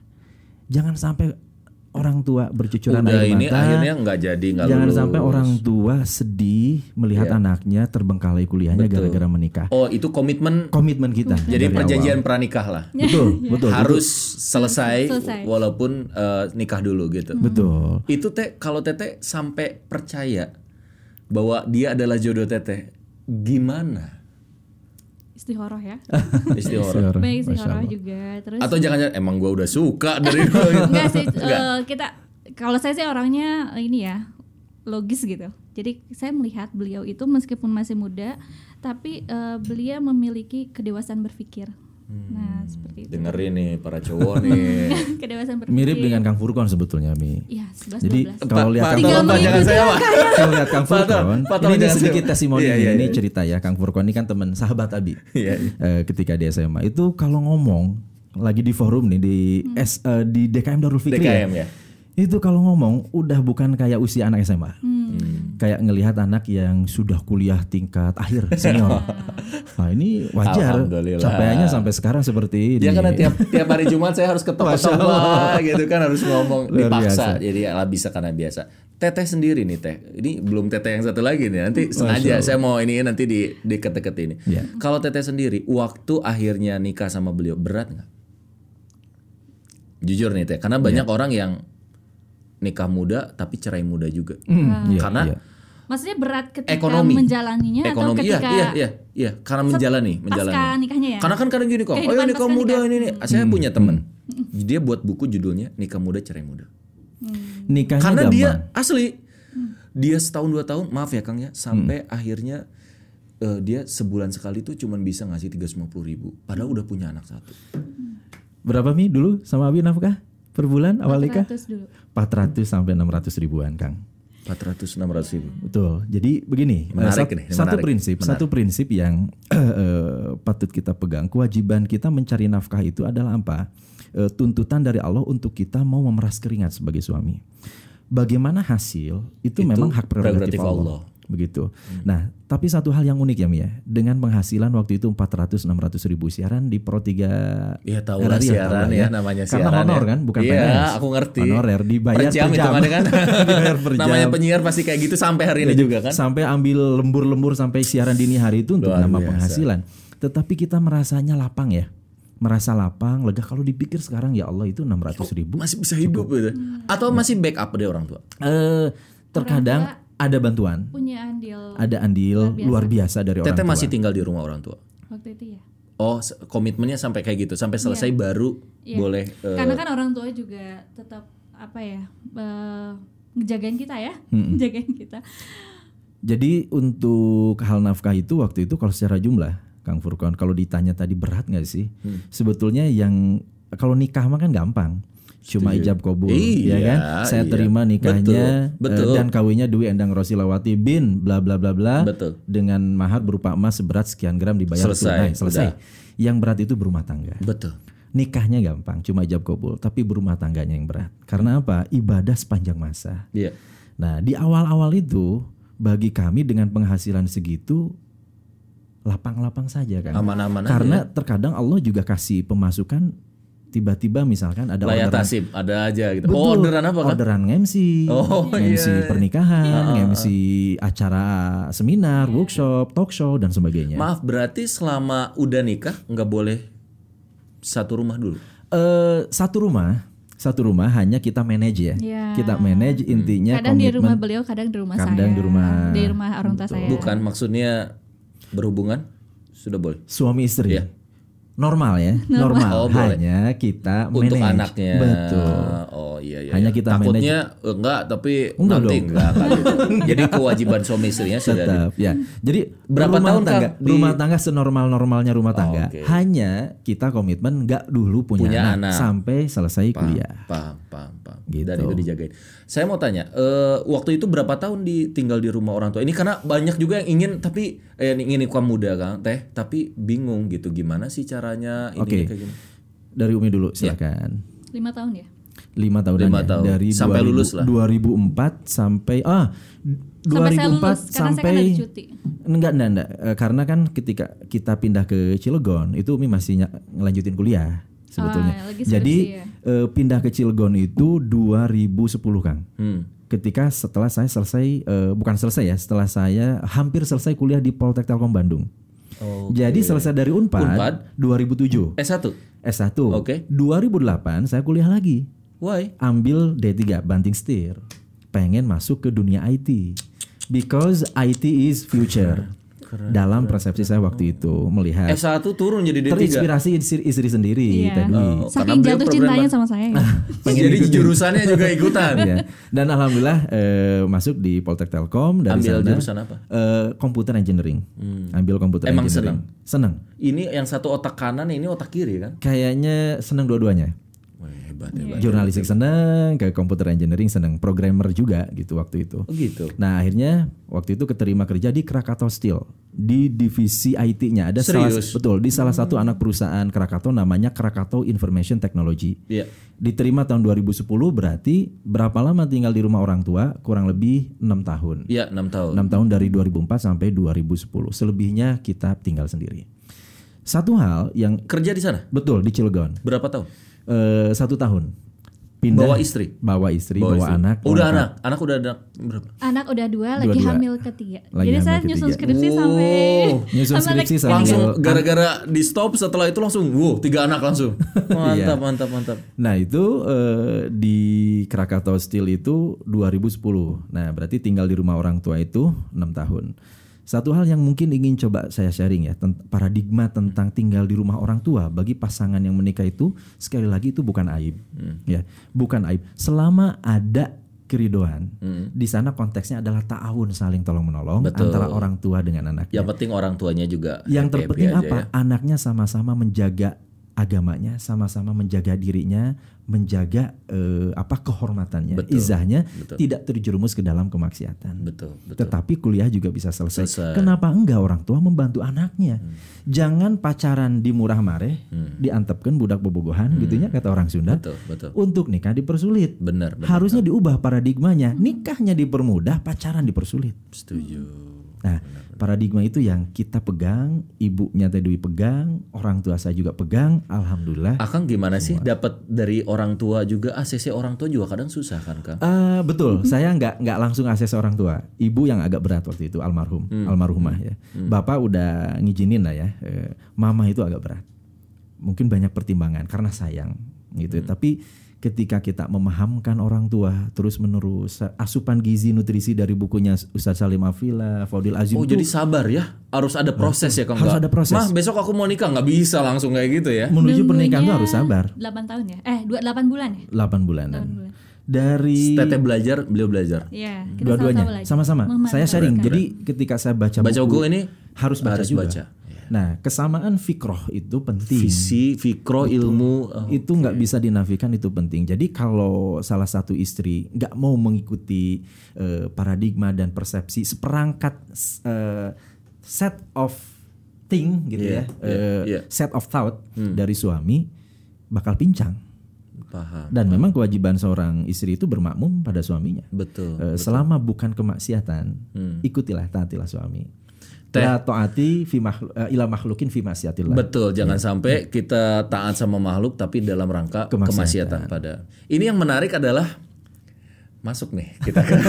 A: Jangan sampai orang tua bercucuran
B: Udah
A: air
B: ini
A: mata.
B: akhirnya nggak jadi nggak
A: Jangan
B: lulus. Iya.
A: sampai orang tua sedih melihat anaknya terbengkalai kuliahnya gara-gara menikah.
B: Oh itu komitmen.
A: Komitmen kita.
B: Jadi
A: dari
B: perjanjian pranikah lah.
A: awal. Betul, betul,
B: Harus selesai,
C: Ya. Selesai.
B: walaupun eh, nikah dulu gitu.
A: Hmm. betul.
B: Itu teh kalau teteh sampai percaya bahwa dia adalah jodoh teteh, gimana?
C: Istihoroh ya.
A: Syukur,
B: Istihoroh.
C: Baik
A: Masya
C: istihoroh
A: Allah.
C: juga. Terus
B: Ah, Atau jangan-jangan emang gua udah suka dari dulu.
C: enggak sih eh, kita kalau saya sih orangnya ini ya logis gitu jadi saya melihat beliau itu meskipun masih muda tapi eh, beliau memiliki kedewasaan berpikir
B: Hmm.
C: nah seperti itu
B: Dengerin nih para cowok nih.
C: kedewasaan berpikir
A: Mirip dengan Kang Furkon sebetulnya Mi.
C: Iya, 11
A: Jadi
C: 12.
A: kalau
B: Pak-
A: lihat kan. Kang
B: Pak, tolong, Pak,
A: Furkon-
B: jangan saya, Pak.
A: kalau lihat Kang
B: Pak, tolong,
A: Furkon,
B: Pak,
A: ini,
B: tolong
A: ini
B: jangan saya,
A: sedikit
B: Pak.
A: testimoni
B: Iya,
A: nih,
B: iya,
A: ini
B: iya.
A: cerita ya Kang Furkon ini kan teman sahabat Abi.
B: Iya, iya.
A: Eh, ketika di SMA itu kalau ngomong lagi di forum nih di
C: Hmm.
A: S- eh, di DKM Darul Fikri
B: DKM ya.
A: Itu kalau ngomong udah bukan kayak usia anak SMA.
B: Hmm.
A: Kayak ngelihat anak yang sudah kuliah tingkat akhir senior. nah, ini wajar
B: Alhamdulillah.
A: capaiannya sampai sekarang seperti ini.
B: Ya karena tiap tiap hari Jumat saya harus ketok
A: Iya. Masya
B: ketok gitu kan harus ngomong
A: Luar
B: dipaksa.
A: biasa.
B: Jadi ala bisa karena biasa. Teteh sendiri nih teh. Ini belum teteh yang satu lagi nih. Nanti sengaja saya mau ini nanti di deket-deket ini.
A: Iya.
B: Kalau teteh sendiri waktu akhirnya nikah sama beliau berat nggak? Jujur nih teh.
A: Iya.
B: Karena banyak orang yang nikah muda tapi cerai muda juga.
A: Iya,
B: karena
A: iya.
C: maksudnya berat ketika
B: ekonomi
C: menjalaninya atau
B: ekonomi iya
C: ketika
B: iya iya iya karena menjalani menjalani
C: pasca nikahnya ya?
B: karena kan kadang gini kok
C: Kehidupan
B: ayo nikah
C: pasca
B: muda
C: nikah."
B: ini nih saya punya temen dia buat buku judulnya nikah muda cerai muda
A: nikahnya
B: karena
A: gampang.
B: dia asli dia setahun dua tahun maaf ya kang ya sampai akhirnya eh, dia sebulan sekali tuh cuman bisa ngasih tiga ribu padahal udah punya anak satu
A: Berapa Mi dulu sama Abi nafkah per bulan awal nikah?
C: 400 dulu
A: 400 sampai 600 ribuan Kang.
B: 400 ratus enam ratus ribu
A: Betul. Jadi begini,
B: Menarik
A: eh, sat-
B: nih, menarik.
A: satu prinsip, satu prinsip yang eh, patut kita pegang, kewajiban kita mencari nafkah itu adalah apa? Eh, tuntutan dari Allah untuk kita mau memeras keringat sebagai suami. Bagaimana hasil itu,
B: Itu
A: memang hak prerogatif
B: prerogatif Hmm.
A: Allah. Begitu. Nah, tapi satu hal yang unik ya Mia, dengan penghasilan waktu itu 400 600 ribu siaran di Pro 3
B: Iya tahu lah
A: RRI ya, tahu
B: siaran
A: lah
B: ya, namanya
A: Karena
B: siaran
A: honor
B: ya.
A: kan, bukan
B: Iya,
A: PNS.
B: aku ngerti.
A: Honorer dibayar
B: per jam, hitungannya kan.
A: dibayar per jam.
B: namanya penyiar pasti kayak gitu sampai hari ini juga kan.
A: Sampai ambil lembur-lembur sampai siaran dini hari itu untuk
B: Luar
A: nama
B: biasa.
A: penghasilan. Tetapi kita merasanya lapang ya. Merasa lapang, lega kalau dipikir sekarang ya Allah itu 600 ribu.
B: Masih bisa hidup gitu. Atau masih backup deh orang tua.
A: Eh, terkadang ada bantuan,
C: punya andil
B: Ah.
A: ada andil luar biasa, dari orang
B: Teteh
A: tua.
B: masih tinggal di rumah orang tua.
C: waktu itu ya
B: Oh, se- komitmennya sampai kayak gitu, sampai selesai baru
C: Iya.
B: boleh eh,
C: karena kan orang tua juga tetap apa ya eh, ngejagain kita ya jagain kita
A: Jadi untuk hal nafkah itu waktu itu kalau secara jumlah, Kang Furkon, kalau ditanya tadi berat nggak sih?
B: Hmm.
A: Sebetulnya yang kalau nikah mah kan gampang, cuma ijab kobul, ya
B: Iya,
A: kan? Saya
B: iya.
A: terima nikahnya
B: Betul, betul.
A: eh, dan kawinnya Dwi Endang Rosilawati bin bla bla bla bla
B: Betul.
A: dengan mahar berupa emas seberat sekian gram dibayar tunai,
B: Selesai,
A: selesai.
B: udah.
A: Yang berat itu berumah tangga.
B: betul.
A: Nikahnya gampang, cuma ijab kobul, tapi berumah tangganya yang berat. Karena apa? Ibadah sepanjang masa.
B: Iya.
A: Nah, di awal-awal itu bagi kami dengan penghasilan segitu lapang-lapang saja kan.
B: Aman-aman aja.
A: Karena terkadang Allah juga kasih pemasukan tiba-tiba misalkan ada orderan
B: Layak tasib ada aja gitu.
A: Betul.
B: Oh, orderan apa kan?
A: Orderan MC,
B: Oh,
A: MC
B: iya. ah.
A: pernikahan, MC acara seminar, workshop, talk show dan sebagainya.
B: Maaf, berarti selama udah nikah nggak boleh satu rumah dulu.
A: Eh, satu rumah, satu rumah hanya kita manage ya.
C: Iya.
A: Kita manage intinya
C: kadang di rumah
A: Ya, komitmen
C: beliau kadang di rumah
A: Kadang
C: saya
A: di rumah-
C: di rumah orang tua saya
B: Bukan maksudnya berhubungan sudah boleh.
A: suami istri.
B: Iya.
A: Normal ya, normal.
B: Oh, boleh.
A: Hanya kita
B: untuk
A: manage.
B: anaknya.
A: Betul.
B: Oh iya iya.
A: Hanya
B: iya.
A: kita
B: takutnya eh, enggak tapi
A: Enggak
B: nanti
A: dong.
B: enggak, enggak gitu. Jadi kewajiban suami istrinya sudah ada.
A: Tetap ya. Jadi
B: Berapa
A: rumah
B: tahun, Kang,
A: tangga,
B: di- Oh,
A: rumah tangga senormal-normalnya rumah tangga.
B: oke.
A: Hanya kita komitmen nggak dulu punya,
B: Punya
A: anak,
B: anak.
A: sampai selesai
B: Paham,
A: kuliah.
B: paham, paham, paham.
A: Ya. Gitu.
B: Dan itu dijagain. Saya mau tanya, eh, waktu itu berapa tahun ditinggal di rumah orang tua? Ini karena banyak juga yang ingin tapi eh, yang ingin nikah muda kan, Teh, tapi bingung gitu gimana sih caranya ini
A: Oke.
B: kayak gini.
A: Dari Umi dulu silakan.
C: lima tahun ya
A: lima tahunan
B: Iya. Lima
A: ya.
B: tahun.
A: dari
B: Sampai
A: 2000
B: lulus lah.
A: 2004 sampai ah
C: Sampai
A: 2004
C: saya lulus, karena saya kan
A: sampai Oh,
C: ada cuti.
A: enggak enggak enggak Eh, karena kan ketika kita pindah ke Cilegon itu Umi masih ny- ngelanjutin kuliah sebetulnya
C: Ah, lagi
A: jadi
C: skripsi ya.
A: eh, pindah ke Cilegon itu 2010 Kang
B: Hmm.
A: ketika setelah saya selesai eh, bukan selesai ya setelah saya hampir selesai kuliah di Poltek Telkom Bandung jadi selesai dari
B: Unpad.
A: Unpad, 2007
B: S1.
A: S1
B: Oke.
A: 2008 saya kuliah lagi
B: Why?
A: ambil D3 banting setir pengen masuk ke dunia IT because IT is future dalam persepsi saya waktu itu melihat
B: S1 turun jadi D3.
A: terinspirasi istri, istri sendiri
C: Iya.
A: Teh Dwi.
B: Oh, karena
C: saking
B: beliau
C: jatuh
B: program
C: cintanya
B: banget.
C: sama saya ya.
A: pengen
B: jadi
A: ikutin.
B: jurusannya juga ikutan.
A: Iya. dan alhamdulillah eh, masuk di Poltek Telkom dari
B: Ambil
A: sana,
B: jurusan apa?
A: eh, computer engineering ambil computer
B: Emang
A: engineering seneng
B: Ini yang satu otak kanan, ini otak kiri kan?
A: kayaknya seneng dua-duanya
B: Wah, hebat
A: Iya,
B: hebat.
A: jurnalistik seneng ke computer engineering seneng programmer juga gitu waktu itu
B: Oh gitu.
A: Nah akhirnya waktu itu keterima kerja di Krakatau Steel di divisi IT-nya ada salah-
B: Serius? Hmm.
A: betul di salah satu anak perusahaan Krakatau namanya Krakatau Information Technology.
B: Iya.
A: Diterima tahun 2010 berarti berapa lama tinggal di rumah orang tua? Kurang lebih enam tahun.
B: Iya, 6 tahun.
A: enam tahun dari 2004 sampai 2010. Selebihnya kita tinggal sendiri. Satu hal yang
B: Kerja di sana
A: betul di Cilegon
B: berapa tahun?
A: eh, satu tahun pindah
B: Bawa istri.
A: bawa istri bawa,
B: istri.
A: anak
B: Udah
A: lengkap.
B: anak, anak udah anak berapa?
C: Anak udah dua, lagi
A: Dua-dua.
C: hamil ketiga.
A: Lagi
C: Jadi saya
A: hamil
C: nyusun
A: ketiga.
C: skripsi sampai
B: Oh.
A: Nyusun
C: sama
A: skripsi
C: lagi-
A: sambil-
B: Langsung gara-gara di stop setelah itu langsung wow, tiga anak langsung.
A: Iya.
B: Mantap, mantap, mantap.
A: Nah itu eh, di Krakatau Steel itu 2010. Nah berarti tinggal di rumah orang tua itu 6 tahun. Satu hal yang mungkin ingin coba saya sharing ya tent- paradigma tentang tinggal di rumah orang tua bagi pasangan yang menikah itu sekali lagi itu bukan aib
B: Hmm.
A: ya bukan aib selama ada keridoan
B: Hmm.
A: di sana konteksnya adalah ta'awun saling tolong menolong antara orang tua dengan anak
B: Yang penting orang tuanya juga
A: yang
B: happy-happy
A: terpenting
B: aja
A: apa?
B: ya.
A: Anaknya sama-sama menjaga agamanya, sama-sama menjaga dirinya, menjaga eh, apa kehormatannya, izahnya, tidak terjerumus ke dalam kemaksiatan.
B: Betul, betul.
A: Tetapi kuliah juga bisa selesai.
B: Selesai. Hmm.
A: Kenapa enggak orang tua membantu anaknya? Jangan pacaran di murah mareh, diantepkan budak bobogohan, gitunya kata orang Sunda.
B: Hmm. Betul, betul.
A: Untuk nikah dipersulit.
B: Benar, benar.
A: Harusnya diubah paradigmanya. Nikahnya dipermudah, pacaran dipersulit.
B: Setuju.
A: Nah, paradigma itu yang kita pegang, ibunya Teh Dwi pegang, orang tua saya juga pegang, alhamdulillah.
B: Akang gimana sih dapat dari orang tua juga ACC orang tua juga kadang susah kan Kang?
A: Eh, betul, saya nggak nggak langsung akses orang tua. Ibu yang agak berat waktu itu almarhum, almarhumah ya. Bapak udah ngizinin lah ya. Eh, mama itu agak berat. Mungkin banyak pertimbangan karena sayang gitu. Tapi ketika kita memahamkan orang tua terus menerus asupan gizi nutrisi dari bukunya Ustadz Salim Afila, Faudil Azim
B: Oh
A: itu
B: jadi sabar ya, harus ada proses ya Kang?
A: Harus ada
B: Nggak,
A: proses.
B: Mah besok aku mau nikah nggak bisa langsung kayak gitu ya?
A: menuju pernikahan itu
C: Nunggunya
A: harus sabar.
C: 8 tahun ya? Eh, 2 8 bulan ya?
A: 8 bulanan. Dari
B: Teteh belajar, beliau belajar.
C: Iya, kita sama-sama
A: dua-duanya
C: belajar.
A: sama-sama.
C: Memantapkan.
A: Saya sharing. Jadi ketika saya baca,
B: Baca buku ini
A: harus baca
B: harus
A: juga.
B: baca. Iya.
A: Nah, kesamaan fikroh itu penting. Oh,
B: Visi, fikro, ilmu. eh,
A: itu nggak bisa dinafikan itu penting. Jadi kalau salah satu istri nggak mau mengikuti eh, paradigma dan persepsi seperangkat eh, set of thing gitu ya,
B: Iya, iya,
A: eh,
B: iya. Hmm.
A: set of thought dari suami bakal pincang.
B: Paham.
A: Dan memang kewajiban seorang istri itu bermakmum pada suaminya.
B: Betul.
A: Eh,
B: Hmm.
A: selama bukan kemaksiatan, ikutilah taatilah suami.
B: Teh.
A: La taati fi makhluk, eh, ila makhlukin fi maksiatillah.
B: Betul, jangan
A: Iya.
B: sampai kita taat sama makhluk tapi dalam rangka
A: Kemaksiatan.
B: kemaksiatan pada. Ini yang menarik adalah masuk nih kita. ke-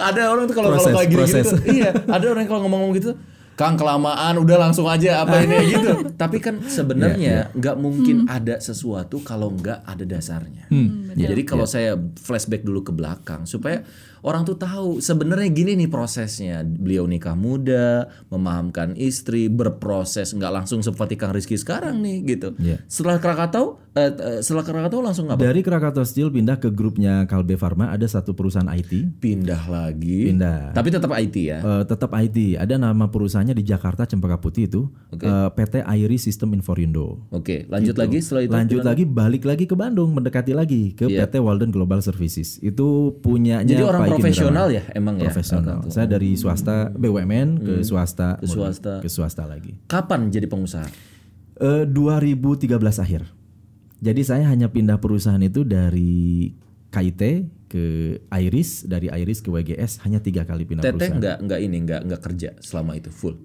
B: ada orang tuh kalau kalau
A: Proses,
B: kayak gini-gini
A: proses.
B: tuh, iya, ada orang yang kalau ngomong-ngomong gitu Kang kelamaan udah langsung aja apa ini gitu. Tapi kan
A: Iya,
B: sebenarnya nggak mungkin ada sesuatu kalau nggak ada
A: Hmm,
B: dasarnya. Jadi
A: Iya.
B: kalau saya flashback dulu ke belakang supaya orang tuh tahu sebenarnya gini nih prosesnya. Beliau nikah muda, memahamkan istri, berproses nggak langsung seperti Kang Rizky sekarang nih gitu.
A: Iya.
B: Setelah Krakatau eh, eh, setelah Krakatau langsung apa?
A: Dari Krakatau Steel pindah ke grupnya Kalbe Farma ada satu perusahaan IT.
B: Pindah lagi.
A: Pindah.
B: Tapi tetap IT ya.
A: Eh, tetap IT. Ada nama perusahaannya di Jakarta Cempaka Putih itu eh, PT Airi System Inforindo.
B: Oke, lanjut lagi setelah itu.
A: Gitu.
B: Iya.
A: Lanjut lagi balik lagi ke Bandung mendekati lagi ke PT Walden Global Services. Itu punyanya
B: Jadi orang
A: Pak Ikin
B: profesional
A: Wirawan.
B: ya emang ya. Hmm.
A: Profesional. Saya dari swasta BUMN ke swasta ke
B: swasta.
A: ke swasta lagi.
B: Kapan jadi pengusaha?
A: Eh, 2013 akhir. Jadi saya hanya pindah perusahaan itu dari KIT ke Iris, dari Iris ke WGS hanya tiga kali pindah
B: Teteh
A: perusahaan.
B: nggak nggak ini nggak nggak kerja selama itu full.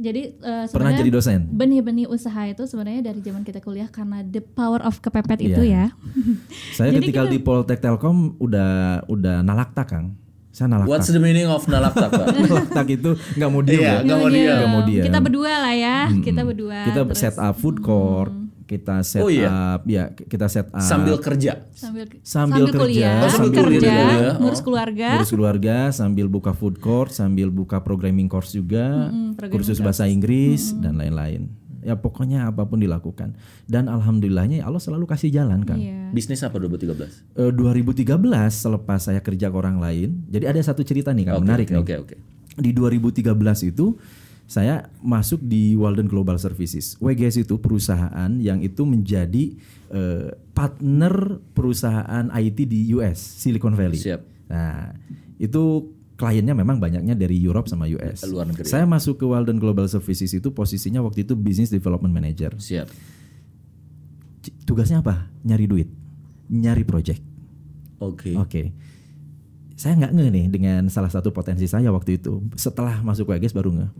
C: Jadi eh,
A: Pernah
C: sebenarnya
A: jadi dosen.
C: benih-benih usaha itu sebenarnya dari zaman kita kuliah karena the power of kepepet itu
A: Iya.
C: ya.
A: Saya
C: Jadi
A: ketika di Poltek Telkom udah udah nalakta Kang. Saya nalakta.
B: What's the meaning of nalakta Pak?
A: nalakta itu nggak mau diem ya.
B: Iya, nggak mau
C: Iya,
B: diam.
A: Nggak mau diam.
C: Kita berdua lah ya, kita berdua.
A: Kita
C: terus Hmm.
A: set up food court, kita set
B: Oh, iya.
A: up ya kita set up
B: Sambil kerja.
C: sambil
A: sambil kerja,
C: kuliah,
A: Oh,
B: sambil
C: kerja,
B: kuliah dulu ya.
C: ngurus
B: Oh.
C: keluarga.
A: ngurus keluarga sambil buka food court, sambil buka programming course juga,
C: programming
A: kursus bahasa Inggris dan lain-lain. Ya pokoknya apapun dilakukan. Dan alhamdulillahnya ya Allah selalu kasih jalan kan.
C: Iya.
B: Bisnis apa 2013?
A: Eh, 2013 selepas saya kerja ke orang lain. Jadi ada satu cerita nih kan
B: Oke,
A: menarik
B: oke,
A: nih.
B: Oke oke.
A: Di 2013 itu saya masuk di Walden Global Services. WGS itu perusahaan yang itu menjadi eh, partner perusahaan IT di US, Silicon Valley.
B: Siap.
A: Nah, itu kliennya memang banyaknya dari Europe sama US.
B: Luar negeri.
A: Saya masuk ke Walden Global Services itu posisinya waktu itu Business Development Manager.
B: Siap.
A: C- Tugasnya apa? Nyari duit, nyari project.
B: Oke.
A: Oke. Saya nggak ngeh nih dengan salah satu potensi saya waktu itu. Setelah masuk WGS baru ngeh.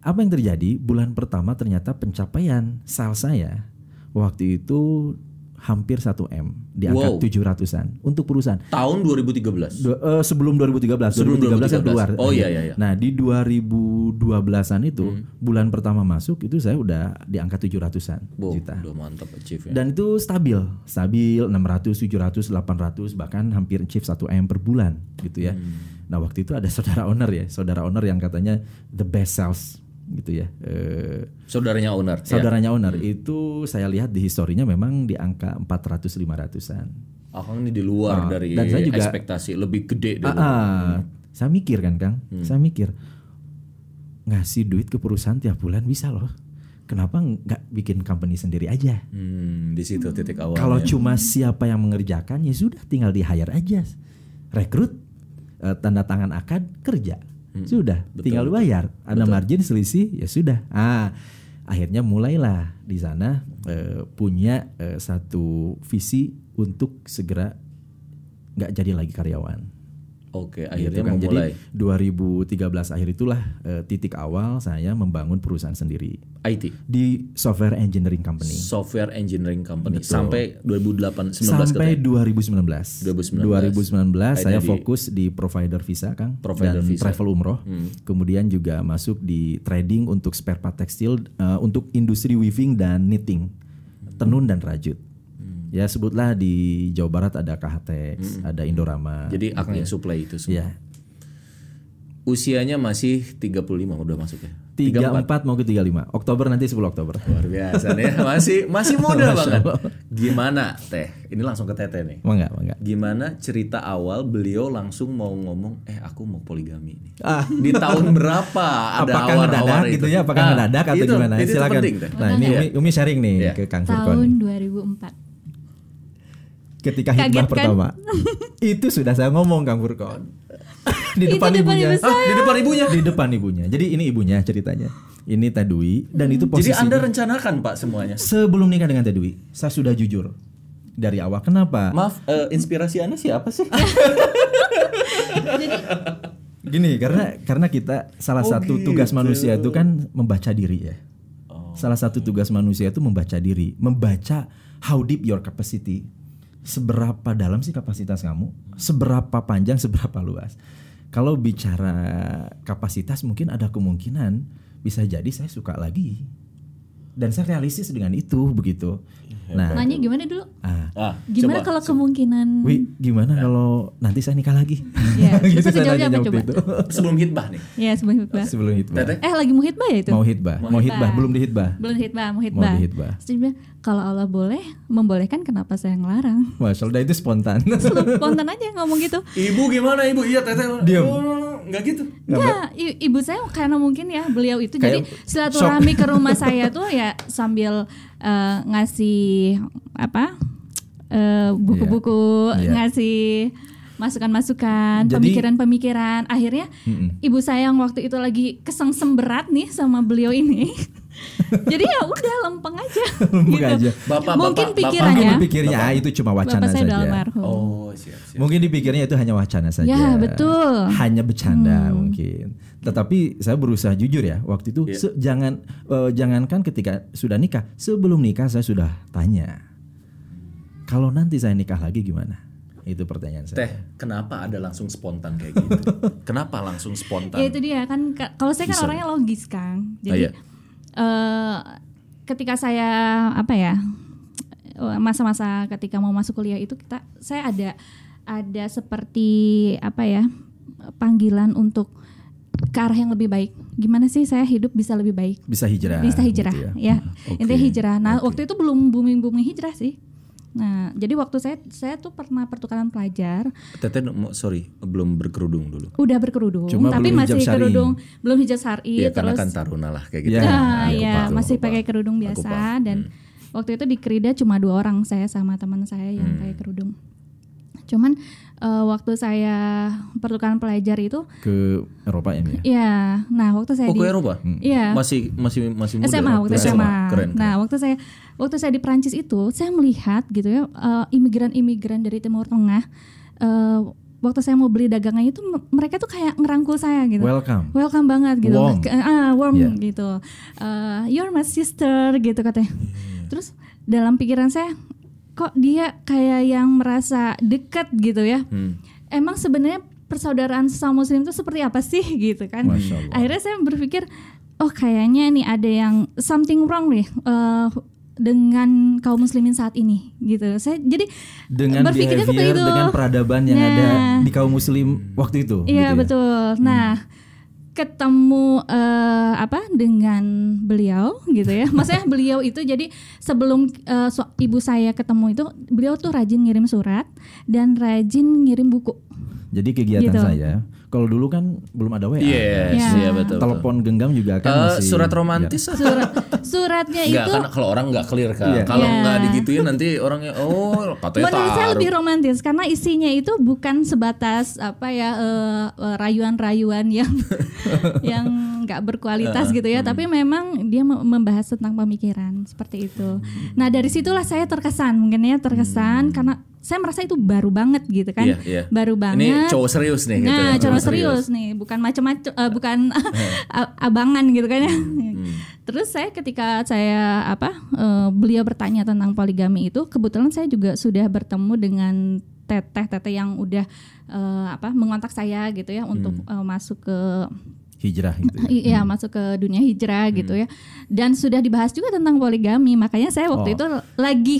A: Apa yang terjadi? Bulan pertama ternyata pencapaian sales saya waktu itu hampir 1M di angka
B: Wow.
A: 700-an untuk perusahaan.
B: Tahun 2013.
A: Dua- eh, sebelum 2013,
B: Sebelum
A: 2013 kan keluar.
B: 2013. Oh, iya, iya, Hmm. iya.
A: Nah, di 2012-an itu bulan pertama masuk itu saya udah di angka 700-an
B: Wow,
A: juta.
B: udah mantap achieve ya.
A: Dan itu stabil, stabil 600, 700, 800 bahkan hampir achieve 1 M per bulan gitu ya. Nah, waktu itu ada saudara owner ya, saudara owner yang katanya the best sales gitu ya. Eh,
B: Iya. Saudaranya owner. Ya.
A: saudaranya owner itu saya lihat di historinya memang di angka 400 500-an.
B: Akang ini di luar
A: Ah.
B: dari
A: dan saya juga-
B: ekspektasi lebih gede
A: Ah,
B: dari.
A: ah. saya mikir kan Kang, saya mikir ngasih duit ke perusahaan tiap bulan bisa loh. Kenapa nggak bikin company sendiri aja?
B: Hmm, di situ titik awal.
A: Kalau cuma siapa yang mengerjakan ya sudah tinggal di hire aja, rekrut, eh, tanda tangan akad, kerja, sudah, tinggal bayar, ada margin selisih ya sudah. Ah, akhirnya mulailah di sana eh, punya eh, satu visi untuk segera nggak jadi lagi karyawan.
B: Oke,
A: Gitu
B: akhirnya
A: kan. Jadi
B: memulai
A: 2013 akhir itulah eh, titik awal saya membangun perusahaan sendiri
B: IT,
A: di software engineering company
B: Software Engineering Company sampai 2008 19
A: sampai
B: katanya.
A: 2019. 2019
B: 2019.
A: saya
B: Akhirnya di-
A: fokus di provider visa Kang
B: Provider
A: dan
B: visa. Hmm.
A: travel umroh. Kemudian juga masuk di trading untuk spare part tekstil eh, untuk industri weaving dan knitting. Tenun dan rajut.
B: Hmm.
A: Ya sebutlah di Jawa Barat ada KHTX, ada Indorama.
B: Jadi Akang yang supply itu semua.
A: ya.
B: Usianya masih 35 udah masuk ya.
A: 34 mau ke 35. Oktober nanti 10 Oktober.
B: Luar biasa nih, masih masih muda banget. Gimana Teh? Ini langsung ke Teteh nih.
A: Mau enggak, mau enggak.
B: Gimana cerita awal beliau langsung mau ngomong, eh aku mau poligami nih. Di tahun berapa ada
A: Ah. apakah
B: awar-awar
A: ngedadak
B: itu?
A: gitu ya? Apakah
B: Ah,
A: ngedadak atau
B: itu-
A: gimana?
B: Itu
A: Silakan.
B: penting, Teh.
A: Nah, ini Umi, Umi sharing nih
B: Iya.
A: ke Kang
C: tahun
A: Furkon.
C: 2004.
A: Ketika
C: Kaget
A: hitbah
C: kan?
A: pertama. itu sudah saya ngomong Kang Furkon. di
C: Itu
A: depan
C: depan
A: ibunya.
C: ibu saya.
B: Ah, di depan ibunya.
A: Di depan ibunya. Jadi ini ibunya ceritanya. Ini Teh Dwi dan itu
B: Hmm. Jadi
A: posisi
B: Anda rencanakan Pak semuanya?
A: sebelum nikah dengan Teh Dwi, saya sudah jujur dari awal. Kenapa?
B: Maaf, eh, inspirasi Anda siapa sih?
A: Gini, karena karena kita salah
B: Oh,
A: satu tugas
B: gitu.
A: manusia itu kan membaca diri ya.
C: Oh.
A: Salah satu tugas manusia itu membaca diri, membaca how deep your capacity. Seberapa dalam sih kapasitas kamu? Seberapa panjang, seberapa luas? Kalau bicara kapasitas mungkin ada kemungkinan bisa jadi saya suka lagi. Dan saya realistis dengan itu begitu.
C: Iya,
A: Nah,
C: Nanya gimana dulu?
A: ah,
B: Ah,
C: Gimana
B: coba.
C: kalau kemungkinan
A: Wi, gimana kalau nanti saya nikah lagi?
C: Ya. Iya.
A: Gitu
C: Terus
A: saya
C: jawabnya
A: nanya
C: apa
A: waktu
C: coba?
A: itu.
B: sebelum hitbah nih.
C: ya sebelum hitbah?
A: Sebelum hitbah.
B: Teteh?
C: Eh lagi mau hitbah ya itu?
A: mau hitbah, mau hitbah, belum dihitbah.
C: Belum hitbah, mau hitbah.
A: Mau dihitbah.
C: Terus dia bilang, kalau Allah boleh, membolehkan kenapa saya ngelarang?
A: Masya Allah itu spontan.
C: Terus lu spontan aja ngomong gitu.
B: Ibu gimana ibu? Iya teteh.
A: Diam.
B: Oh, nggak gitu.
C: Enggak, Ya, i- ibu saya karena mungkin ya beliau itu
A: Kayak
C: jadi silaturahmi ke rumah saya tuh ya sambil eh, ngasih apa eh, buku-buku
A: Iya.
C: ngasih masukan-masukan,
A: Jadi-
C: pemikiran-pemikiran. Akhirnya ibu saya yang waktu itu lagi kesengsem berat nih sama beliau ini. Jadi ya udah lempeng aja.
A: Lempeng aja.
B: Bapak-
C: Mungkin
B: bapak- bapak-
A: Mungkin
C: pikirannya
A: dipikirnya ah itu cuma
C: Iya, bapak
A: wacana
C: saya udah
A: saja.
C: almarhum.
B: Oh, siap, siap.
A: Mungkin dipikirnya itu hanya wacana saja.
C: Ya, betul. Hmm.
A: Hanya bercanda mungkin. Tetapi saya berusaha jujur ya waktu itu se- jangan eh, jangankan ketika sudah nikah, sebelum nikah saya sudah tanya. Kalau nanti saya nikah lagi gimana? Itu pertanyaan saya.
B: Teh, kenapa ada langsung spontan kayak gitu? kenapa langsung
C: Ya
B: spontan?
C: itu dia kan ka- kalau saya kan orangnya logis Kang.
B: Ah, iya.
C: Jadi eh, ketika saya apa ya masa-masa ketika mau masuk kuliah itu kita saya ada ada seperti apa ya panggilan untuk ke arah yang lebih baik. Gimana sih saya hidup bisa lebih baik?
A: Bisa hijrah.
C: bisa hijrah
A: gitu
C: ya,
A: Oke.
C: intinya hijrah nah waktu itu belum booming booming hijrah sih nah jadi waktu saya saya tuh pernah pertukaran pelajar
B: Teteh, mau- sorry, belum berkerudung dulu.
C: udah berkerudung
A: Cuma
C: tapi
A: belum hijab
C: masih
A: syar'i.
C: kerudung belum hijab syari
B: Iya, karena
C: terus
B: kan taruna lah kayak gitu.
A: Ya,
C: nah,
B: aku
C: ya
B: paham,
C: masih
B: aku
C: pakai
B: paham.
C: kerudung
B: Aku
C: biasa
B: paham.
C: dan waktu itu di Krida cuma dua orang saya sama teman saya
B: Hmm.
C: yang pakai kerudung cuman eh, waktu saya pertukaran pelajar itu
A: Ke Eropa ini ya.
C: ya nah waktu saya
B: Oh,
C: di
B: ke Eropa?
C: Iya.
B: Masih masih masih muda. ya?
C: SMA waktu SMA.
B: Keren. keren.
C: Nah waktu saya waktu saya di Prancis itu saya melihat gitu ya eh, imigran-imigran dari Timur Tengah. eh, waktu saya mau beli dagangannya itu m- mereka tuh kayak ngerangkul saya gitu.
A: Welcome.
C: Welcome banget gitu.
A: Warm.
C: Ke- Ah, warm
A: Yeah.
C: gitu. Eh, you're my sister gitu katanya. Terus dalam pikiran saya kok dia kayak yang merasa dekat gitu ya.
B: Hmm.
C: Emang sebenarnya persaudaraan sesama muslim itu seperti apa sih gitu kan.
A: Masya Allah.
C: Akhirnya saya berpikir oh kayaknya nih ada yang something wrong nih eh, dengan kaum muslimin saat ini gitu. Saya jadi
A: Dengan
C: berpikirnya seperti
A: behavior,
C: itu.
A: dengan peradaban yang
C: Nah.
A: ada di kaum muslim waktu itu. gitu
C: Iya
A: ya.
C: betul. Nah, ketemu eh, apa dengan beliau gitu ya. Maksudnya beliau itu jadi sebelum eh, so- ibu saya ketemu itu beliau tuh rajin ngirim surat dan rajin ngirim buku.
A: Jadi kegiatan
C: Gitu.
A: saya, kalau dulu kan belum ada WA.
B: Yes, iya
C: Ya.
B: betul. betul.
A: Telepon genggam juga kan
B: Eh,
A: masih
B: surat romantis atau
C: Iya. Surat suratnya
B: Enggak,
C: itu
B: kan kalau orang nggak clear kan.
A: Iya.
B: Kalau
C: Iya.
B: nggak digituin nanti orangnya oh katanya
C: Menurut saya
B: taruh.
C: lebih romantis karena isinya itu bukan sebatas apa ya eh, eh, rayuan-rayuan yang yang nggak berkualitas gitu ya,
B: Hmm.
C: tapi memang dia me- membahas tentang pemikiran seperti itu. Nah dari situlah saya terkesan mungkin ya terkesan karena saya merasa itu baru banget gitu
B: Hmm.
C: kan,
B: Iya, iya.
C: baru
B: Ini
C: banget.
B: cowok serius Hmm. nih gitu.
C: Nah,
B: ya,
C: cara serius nih, bukan macam-macam, eh, bukan a- abangan gitu kan ya.
B: Hmm,
C: Terus saya ketika saya apa, eh, beliau bertanya tentang poligami itu, kebetulan saya juga sudah bertemu dengan teteh-teteh yang udah eh, apa mengontak saya gitu ya untuk
B: Hmm.
C: eh, masuk ke
A: hijrah gitu. ya.
C: i- iya masuk ke dunia
B: Hmm.
C: hijrah gitu ya. Dan sudah dibahas juga tentang poligami, makanya saya waktu
A: Oh.
C: itu lagi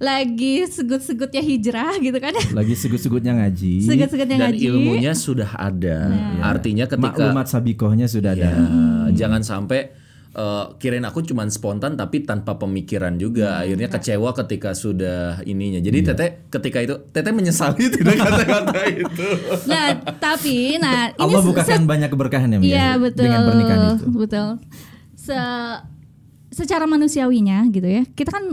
C: lagi segut-segutnya hijrah gitu kan. ya.
A: Lagi segut-segutnya ngaji.
C: Segut-segutnya
B: Dan
C: ngaji. Nah.
B: ilmunya sudah ada. Artinya ketika
A: Maklumat iya. sabikohnya sudah ada.
B: Ya,
C: Hmm.
B: jangan sampai eh, kirain aku cuman spontan tapi tanpa pemikiran juga.
C: Nah,
B: Akhirnya kecewa ketika sudah ininya.
A: Iya.
B: Jadi Teteh ketika itu Teteh menyesali tidak kata-kata itu.
C: Nah, tapi nah ini
A: Allah
C: se- se-
A: bukakan banyak keberkahan ya, Mia,
C: Iya betul.
A: dengan pernikahan itu.
C: Betul. Se- secara manusiawinya gitu ya. Kita kan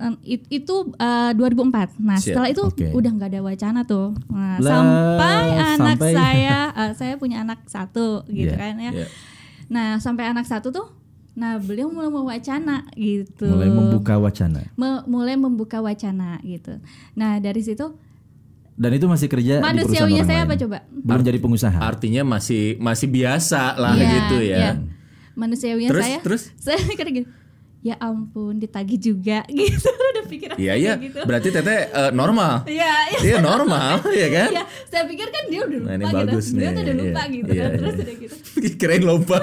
C: em, it- itu eh, 2004. Nah,
B: Siap,
C: setelah itu
A: oke.
C: udah nggak ada wacana tuh. Nah,
A: Lah,
C: sampai anak
A: sampai-
C: saya eh, saya punya anak satu gitu
A: Iya,
C: kan ya.
B: iya.
C: Nah, sampai anak satu tuh nah beliau mulai mau wacana gitu.
A: Mulai membuka wacana.
C: Me- mulai membuka wacana gitu. Nah, dari situ
A: Dan itu masih kerja di perusahaan
C: manusiawinya
A: orang
C: saya
A: lain.
C: apa coba?
A: Belum jadi pengusaha.
B: Artinya masih masih biasa lah
C: Iya,
B: gitu ya.
C: iya. Manusiawinya
B: Terus,
C: saya.
B: terus?
C: Saya kira gini. Ya ampun, ditagih juga gitu. Udah pikiran
B: Iya
C: saya
B: iya.
C: gitu.
B: Berarti Teteh eh, normal.
C: Iya, iya.
B: Iya normal ya kan?
C: Iya, saya pikir kan dia udah lupa
B: Nah, ini
C: gitu.
B: bagus
C: dia
B: nih,
C: tuh udah lupa
B: iya,
C: gitu.
B: iya,
C: terus
B: iya.
C: udah gitu.
B: Kirain lomba.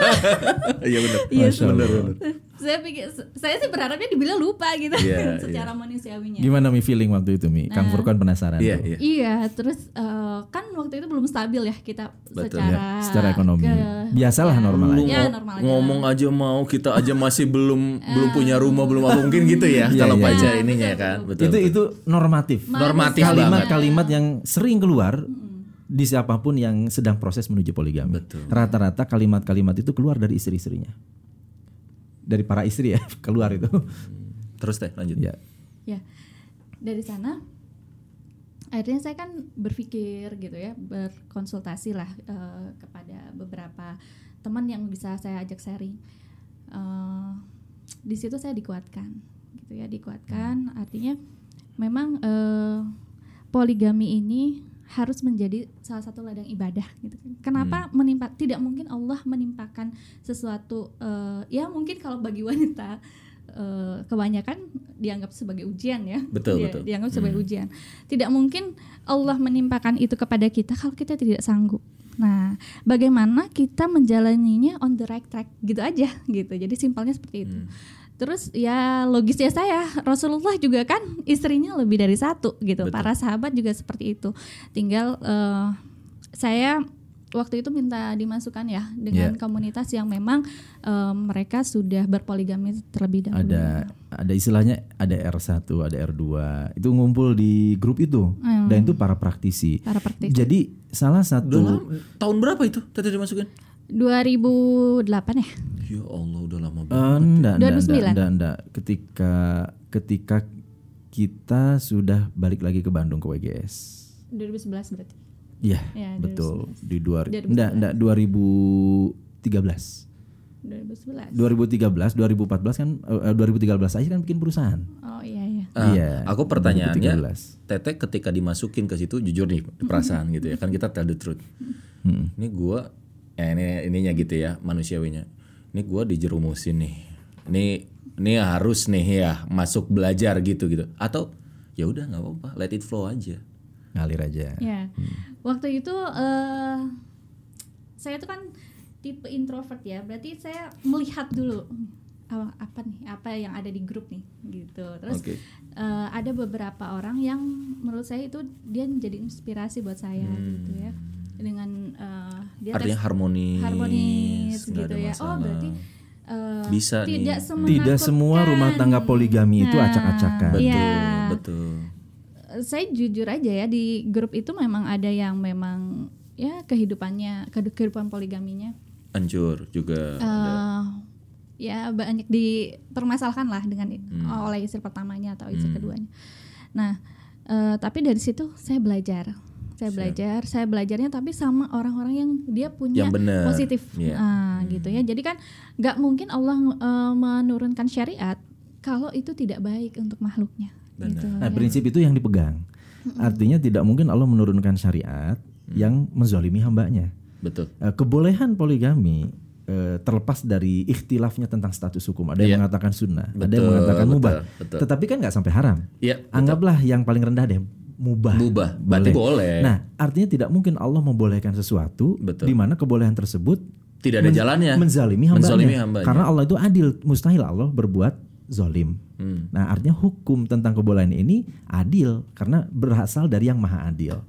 B: Iya benar.
C: Iya,
A: Masya
B: benar
A: Allah.
B: benar.
C: Saya pikir saya sih berharapnya dibilang lupa gitu
B: Iya,
C: secara manusiawinya.
A: Gimana mi feeling waktu itu mi? Kang Furkon
C: Nah.
A: penasaran.
B: Iya
A: tuh.
B: iya.
C: Iya, terus eh, kan waktu itu belum stabil ya kita
B: Betul,
A: Ya,
C: secara
A: secara ekonomi.
C: ke-
A: Biasalah normal
B: Lu
A: aja.
C: Ya,
B: ngo-
C: normal aja.
B: ngomong aja mau kita aja masih belum belum punya rumah belum apa mungkin gitu ya
A: Iya,
B: kalau
A: iya.
B: pacar ininya ya kan betul
A: Itu
B: betul.
A: itu normatif.
B: normatif banget Hmm.
A: Kalimat-kalimat yang sering keluar di siapapun yang sedang proses menuju poligami.
B: Betul.
A: Rata-rata kalimat-kalimat itu keluar dari istri-istrinya. Dari para istri ya, keluar itu. Iya.
C: Iya.
B: terus teh lanjut
A: ya.
C: Ya. Dari sana akhirnya saya kan berpikir gitu ya berkonsultasi lah eh, kepada beberapa teman yang bisa saya ajak sharing Eh, di situ saya dikuatkan gitu ya dikuatkan artinya memang eh, poligami ini harus menjadi salah satu ladang ibadah gitu
B: Hmm.
C: kenapa menimpa tidak mungkin Allah menimpakan sesuatu eh, ya mungkin kalau bagi wanita eh, kebanyakan dianggap sebagai ujian ya
B: Betul,
C: Dia-
B: betul.
C: dianggap sebagai
A: Hmm.
C: ujian. Tidak mungkin Allah menimpakan itu kepada kita kalau kita tidak sanggup. Nah, bagaimana kita menjalaninya on the right track gitu aja gitu. Jadi simpelnya
A: Hmm.
C: seperti itu. Terus ya logisnya saya Rasulullah juga kan istrinya lebih dari satu gitu.
B: Betul.
C: Para sahabat juga seperti itu. Tinggal eh, saya waktu itu minta dimasukkan ya dengan
A: Ya.
C: komunitas yang memang eh, mereka sudah berpoligami terlebih dahulu.
A: ada ada istilahnya ada R1, ada R2. Itu ngumpul di grup itu.
B: Hmm.
A: Dan itu para praktisi.
C: para praktis.
A: Jadi salah
B: Udah
A: satu
B: lama. tahun berapa itu tadi dimasukin?
C: 2008 ya.
B: Ya Allah udah lama
A: Eh,
B: banget.
A: enggak, enggak, enggak,
C: 2009.
A: enggak, enggak. Ketika ketika kita sudah balik lagi ke Bandung ke WGS.
C: 2011 berarti.
A: Iya,
C: Ya,
A: betul. Di dua,
C: 2011.
A: enggak, enggak 2013. Iya.
C: 2011.
A: 2013, 2014 kan eh, eh, 2013 aja kan bikin perusahaan.
C: Oh iya iya.
B: Ah,
A: Iya,
B: Aku pertanyaannya,
A: 2013.
B: Teteh ketika dimasukin ke situ jujur nih perasaan gitu ya kan kita tell the truth. Ini gua eh, ini ininya gitu ya manusiawinya. Ini gua dijerumusin nih. Ini ini harus nih ya masuk belajar gitu gitu. Atau ya udah nggak apa-apa, let it flow aja.
A: Ngalir aja.
C: Ya. Waktu itu eh saya itu kan tipe introvert ya. Berarti saya melihat dulu apa, apa nih, apa yang ada di grup nih gitu. Terus
B: Oke.
C: eh, ada beberapa orang yang menurut saya itu dia menjadi inspirasi buat saya gitu ya. Dengan eh, dia
B: Artinya
C: tes-
B: harmonis.
C: harmonis
B: nggak
C: gitu
B: ada
C: ya. Oh,
B: masalah.
C: berarti eh,
B: Bisa nih.
C: tidak
A: Tidak semua rumah tangga
C: semenakutkan.
A: poligami itu
C: Nah,
A: acak-acakan.
B: Betul,
C: iya.
B: betul.
C: saya jujur aja ya di grup itu memang ada yang memang ya kehidupannya kehidu- kehidupan poligaminya
B: Hancur juga. ada.
C: eh, ya banyak dipermasalahkan lah dengan
B: Hmm.
C: oleh istri pertamanya atau istri keduanya. Nah, eh, tapi dari situ saya belajar, saya belajar, saya belajarnya tapi sama orang-orang yang dia punya
B: Yang benar,
C: positif,
B: iya.
C: Ah, gitu ya. Jadi kan nggak mungkin Allah eh, menurunkan syariat kalau itu tidak baik untuk makhluknya. Gitu,
A: Nah,
C: ya.
A: prinsip itu yang dipegang. Artinya tidak mungkin Allah menurunkan syariat
B: Mm.
A: yang menzolimi hambanya.
B: Betul.
A: Eh, Kebolehan poligami eh, terlepas dari ikhtilafnya tentang status hukum. Ada yang mengatakan sunnah, ada yang
B: Iya. Betul,
A: mengatakan
B: betul,
A: mubah.
B: betul.
A: Tetapi kan nggak sampai haram.
B: Ya,
A: Anggaplah yang paling rendah deh mubah.
B: Mubah, berarti boleh.
A: Nah, artinya tidak mungkin Allah membolehkan sesuatu
B: Betul.
A: di mana kebolehan tersebut
B: Tidak ada
A: men-
B: jalannya.
A: Menzalimi hambanya.
B: Menzalimi hambanya.
A: Karena Allah itu adil, mustahil Allah berbuat zolim.
B: Hmm.
A: Nah, artinya hukum tentang kebolehan ini adil karena berasal dari yang maha adil.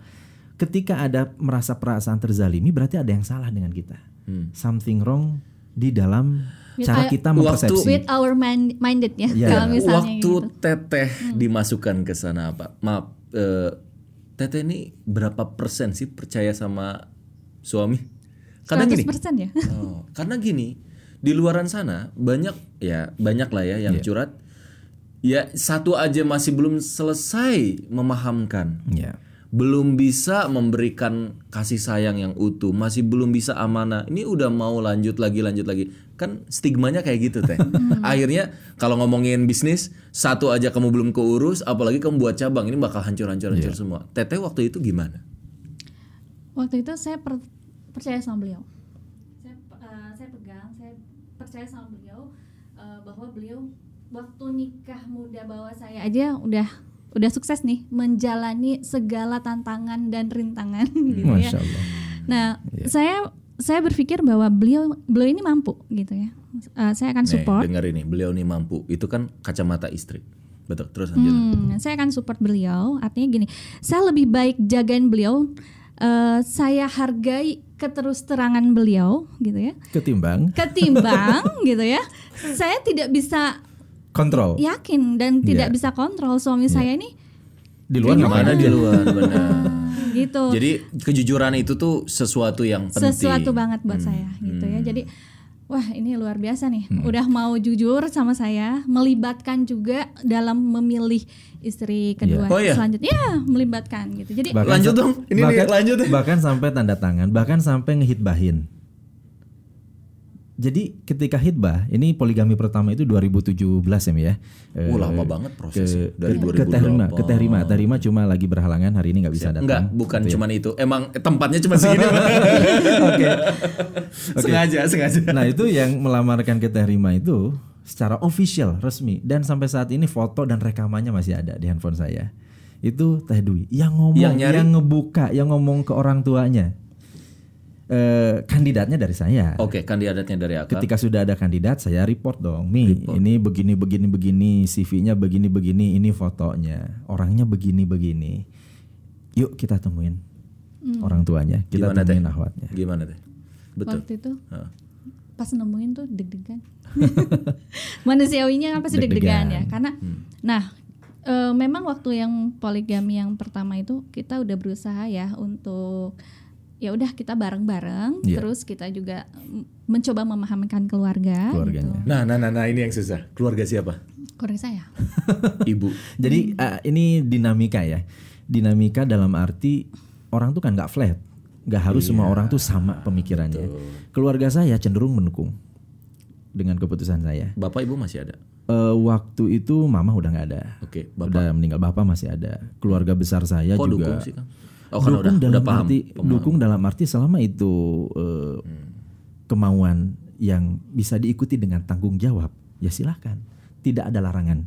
A: Ketika ada merasa perasaan terzalimi, berarti ada yang salah dengan kita.
B: Hmm.
A: Something wrong di dalam cara
C: Ya, kayak-
A: kita
B: Waktu-
A: mempersepsi.
C: with our mind, minded ya,
A: Ya.
C: kalau misalnya
B: Iya, Waktu
C: gitu.
B: teteh dimasukkan ke sana apa? Maaf, eh, teteh ini berapa persen sih percaya sama suami? Karena gini.
C: 100% ya.
B: Oh, karena gini, di luaran sana banyak ya banyak lah ya yang curhat. Ya satu aja masih belum selesai memahamkan.
A: Ya.
B: belum bisa memberikan kasih sayang yang utuh, masih belum bisa amanah. Ini udah mau lanjut lagi, lanjut lagi. Kan stigmanya kayak gitu teh. Akhirnya kalau ngomongin bisnis, satu aja kamu belum keurus, apalagi kamu buat cabang, ini bakal hancur-hancur hancur semua. Teteh waktu itu gimana?
C: Waktu itu saya per- percaya sama beliau. Saya, eh, saya pegang, saya percaya sama beliau eh, bahwa beliau waktu nikah muda bawa saya aja udah udah sukses nih menjalani segala tantangan dan rintangan gitu ya.
A: Masya Allah.
C: Nah,
B: Iya.
C: saya saya berpikir bahwa beliau beliau ini mampu gitu ya. Eh, saya akan
B: Nih,
C: support.
B: dengar ini, beliau nih mampu. Itu kan kacamata istri. Betul, terus lanjut.
C: Hmm, saya akan support beliau. Artinya gini, saya lebih baik jagain beliau. eh, saya hargai keterus terangan beliau, gitu ya.
A: Ketimbang
C: Ketimbang, gitu ya. Saya tidak bisa
A: kontrol
C: Ya. yakin dan tidak
B: Iya.
C: bisa kontrol suami saya ini,
A: di luar
C: Iya.
B: gimana
A: gimana
B: di luar Iya, benar.
C: gitu.
B: Jadi kejujuran itu tuh sesuatu yang penting. Hmm,
C: sesuatu banget buat saya gitu ya. Jadi Wah ini luar biasa nih, udah mau jujur sama saya, melibatkan juga dalam memilih istri kedua
B: Oh, iya?
C: selanjutnya, ya melibatkan gitu. Jadi
B: Lanjut
A: sa-
B: dong, ini nih, lanjut.
A: Bahkan sampai tanda tangan, bahkan sampai ngehitbahin. Jadi ketika hitbah, ini poligami pertama itu 2017 ya, Mi ya.
B: Wah,
A: Eh,
B: Uh, lama banget
A: ke,
B: prosesnya. Iya, Dari
A: ke-
B: 2008.
A: ke Tehrima, ke Tehrima. Tehrima cuma lagi berhalangan hari ini nggak bisa datang.
B: Enggak, bukan cuman itu. Emang tempatnya cuma segini. Oke. Sengaja, sengaja.
A: Nah itu yang melamarkan ke Tehrima itu secara official resmi dan sampai saat ini foto dan rekamannya masih ada di handphone saya. Itu Teh Dwi yang ngomong,
B: Yang
A: yang,
B: nyari?
A: ngebuka, yang ngomong ke orang tuanya. Eh, kandidatnya dari saya.
B: Oke, kandidatnya dari Aka.
A: Ketika sudah ada kandidat, saya report dong. Mi, ini begini begini begini, CV-nya begini begini, ini fotonya, orangnya begini begini. Yuk kita temuin orang tuanya, kita
B: Gimana, Teh?
A: temuin ahwatnya.
B: Gimana deh? Betul.
C: waktu itu
B: Heeh.
C: pas nemuin tuh deg-degan. Manusiawinya kan pasti deg-degan ya, karena nah eh, memang waktu yang poligami yang pertama itu kita udah berusaha ya untuk ya udah kita bareng-bareng,
A: Iya.
C: terus kita juga mm, mencoba memahamkan keluarga.
A: Keluarganya.
C: Gitu.
B: Nah, nah, nah, nah, ini yang susah. Keluarga siapa?
C: Keluarga saya.
B: Ibu.
A: Jadi eh, ini dinamika ya. Dinamika dalam arti orang tuh kan nggak flat, nggak
B: Iya,
A: harus semua orang tuh sama pemikirannya. Keluarga saya cenderung mendukung dengan keputusan saya.
B: Bapak ibu masih ada.
A: Eh, waktu itu mama udah nggak ada,
B: Oke, Bapak
A: udah meninggal. Bapak masih ada. Keluarga besar saya
B: kok
A: juga
B: dukung sih, Kang? Oh, karena udah
A: dalam
B: udah paham.
A: arti dukung dalam arti selama itu eh,
B: Hmm.
A: kemauan yang bisa diikuti dengan tanggung jawab ya silahkan tidak ada larangan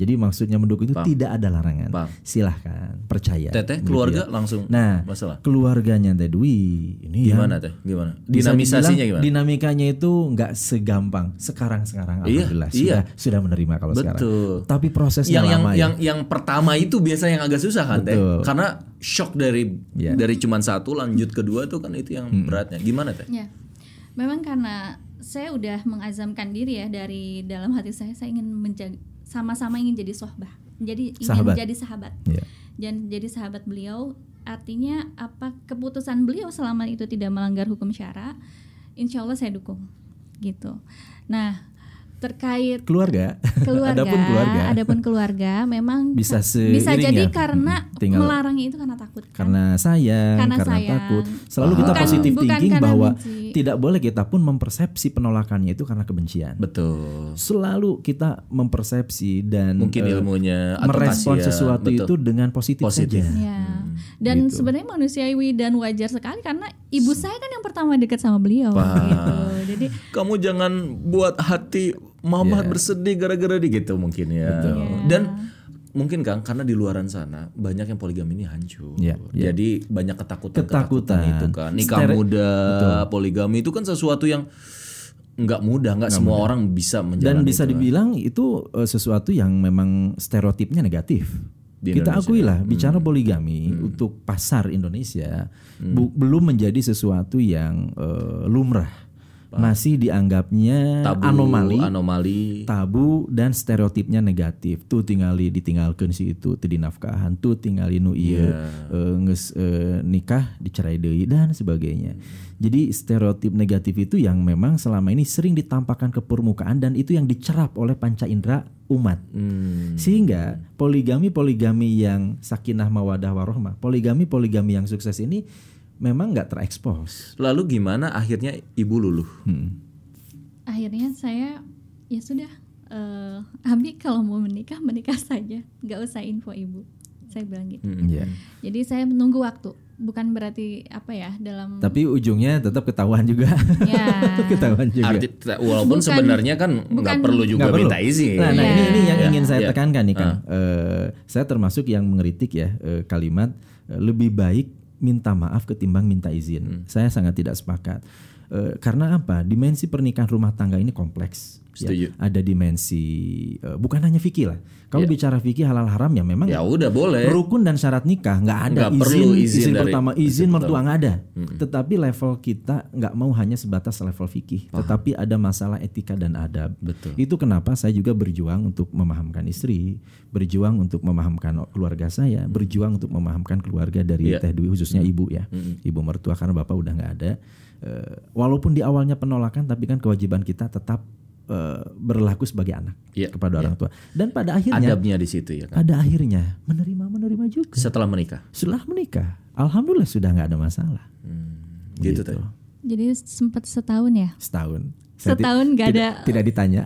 A: jadi maksudnya mendukung itu tidak ada larangan
B: Paham.
A: silahkan percaya
B: Teteh
A: Begitu
B: keluarga
A: ya.
B: langsung
A: nah
B: masalah.
A: keluarganya Teh Dwi ini ya
B: Gimana teh? Gimana?
A: bisa
B: Dinamisasinya
A: dibilang
B: gimana?
A: Dinamikanya itu nggak segampang sekarang sekarang
B: Iya,
A: alhamdulillah
B: iya.
A: sudah sudah menerima kalau
B: Betul.
A: sekarang. Tapi prosesnya
B: yang yang
A: lama ya.
B: yang yang pertama itu biasa yang agak susah kan teh
A: Betul.
B: karena shock dari
A: Iya.
B: dari cuman satu lanjut kedua tuh kan itu yang
A: Hmm.
B: beratnya gimana teh
C: Ya, memang karena saya udah mengazamkan diri ya dari dalam hati saya, saya ingin menjaga sama-sama ingin jadi sohbah, jadi ingin
A: Sahabat.
C: jadi sahabat,
A: Iya.
C: dan jadi sahabat beliau. Artinya apa keputusan beliau selama itu tidak melanggar hukum syara, insya Allah saya dukung, gitu. Nah terkait
A: keluarga.
C: keluarga,
A: Adapun keluarga.
C: adapun keluarga, memang
A: Bisa seiring
C: bisa jadi
A: ya.
C: karena
A: Mm, tinggal-
C: melarangnya itu karena takut kan?
A: karena sayang,
C: Karena
A: karena,
C: sayang.
A: takut. Selalu kita
C: Bukan-
A: positif
C: bukan
A: thinking
C: karena
A: bahwa
C: benci.
A: tidak boleh kita pun mempersepsi penolakannya itu karena kebencian.
B: betul
A: Selalu kita mempersepsi dan
B: mungkin
A: eh,
B: ilmunya atau
A: merespon
B: kasihan.
A: sesuatu
B: Betul.
A: itu dengan positif,
B: Positif.
A: saja.
C: Ya. Dan
A: gitu.
C: sebenarnya manusiawi dan wajar sekali karena ibu saya kan yang pertama dekat sama beliau gitu. Jadi
B: kamu jangan buat hati
A: Iya.
B: mama bersedih gara-gara di gitu mungkin ya
C: Iya.
B: dan mungkin Kang karena di luaran sana banyak yang poligami ini hancur
A: Iya, iya.
B: jadi banyak ketakutan
A: Ketakutan.
B: itu kan nikah
A: Stere-
B: muda poligami itu kan sesuatu yang nggak mudah nggak semua orang bisa menjalani
A: Dan bisa dibilang itu eh, sesuatu yang memang stereotipnya negatif.
B: Di
A: kita
B: Indonesia. Hmm.
A: akuilah bicara poligami untuk pasar Indonesia
B: Hmm.
A: bu- belum menjadi sesuatu yang eh, lumrah. Masih dianggapnya
B: Tabu,
A: anomali
B: anomali
A: tabu dan stereotipnya negatif tuh tingali ditinggalkan si itu teu dinafkahan tuh tingali nu ieu eh, nges eh, nikah dicerai deui dan sebagainya jadi stereotip negatif itu yang memang selama ini sering ditampakkan ke permukaan dan itu yang dicerap oleh panca indera umat
B: Hmm,
A: sehingga poligami poligami yang sakinah mawadah warohmah poligami poligami yang sukses ini memang nggak terekspos
B: lalu gimana akhirnya ibu luluh
C: akhirnya saya ya sudah eh Abi kalau mau menikah menikah saja, nggak usah info ibu. Saya bilang gitu.
B: Hmm.
A: Iya.
C: Jadi saya menunggu waktu, bukan berarti apa ya dalam
A: tapi ujungnya tetap ketahuan juga
C: Ya.
A: ketahuan juga
B: Arti- walaupun
C: Bukan-
B: sebenarnya kan nggak
C: bukan-
B: perlu
A: Iya.
B: juga
A: Nggak perlu.
B: minta izin
A: Nah, nah,
C: Iya.
A: ini ini yang
B: Ya,
A: ingin saya
B: ya.
A: tekankan nih Kang. Eh, saya termasuk yang mengkritik ya eh, kalimat eh, lebih baik minta maaf ketimbang minta
B: Hmm.
A: izin. Saya sangat tidak sepakat. Eh, karena apa? Dimensi pernikahan rumah tangga ini kompleks. ya.
B: Setuju.
A: Ada dimensi eh, bukan hanya fikih lah. Kalau bicara fikih halal haram ya memang
B: ya udah boleh
A: rukun dan syarat nikah nggak ada
B: Nggak perlu izin dari- Hmm.
A: pertama izin mertua nggak ada tetapi level kita nggak mau hanya sebatas level fikih tetapi ada masalah etika dan adab
B: Betul.
A: itu kenapa saya juga berjuang untuk memahamkan istri berjuang untuk memahamkan keluarga saya berjuang untuk memahamkan keluarga dari
B: Hmm. Iya. Hmm.
A: teh Dwi khususnya ibu ya ibu mertua karena bapak udah nggak ada eh, walaupun di awalnya penolakan tapi kan kewajiban kita tetap eh, berlaku sebagai anak
B: Iya,
A: kepada orang tua dan pada akhirnya
B: Adabnya di situ ya kan.
A: pada akhirnya menerima menerima juga
B: Setelah menikah.
A: setelah menikah alhamdulillah sudah nggak ada masalah
B: Gitu, tuh.
C: Jadi sempat setahun ya?
A: setahun Saya ti-
C: Setahun gak
A: tidak,
C: ada
A: tidak ditanya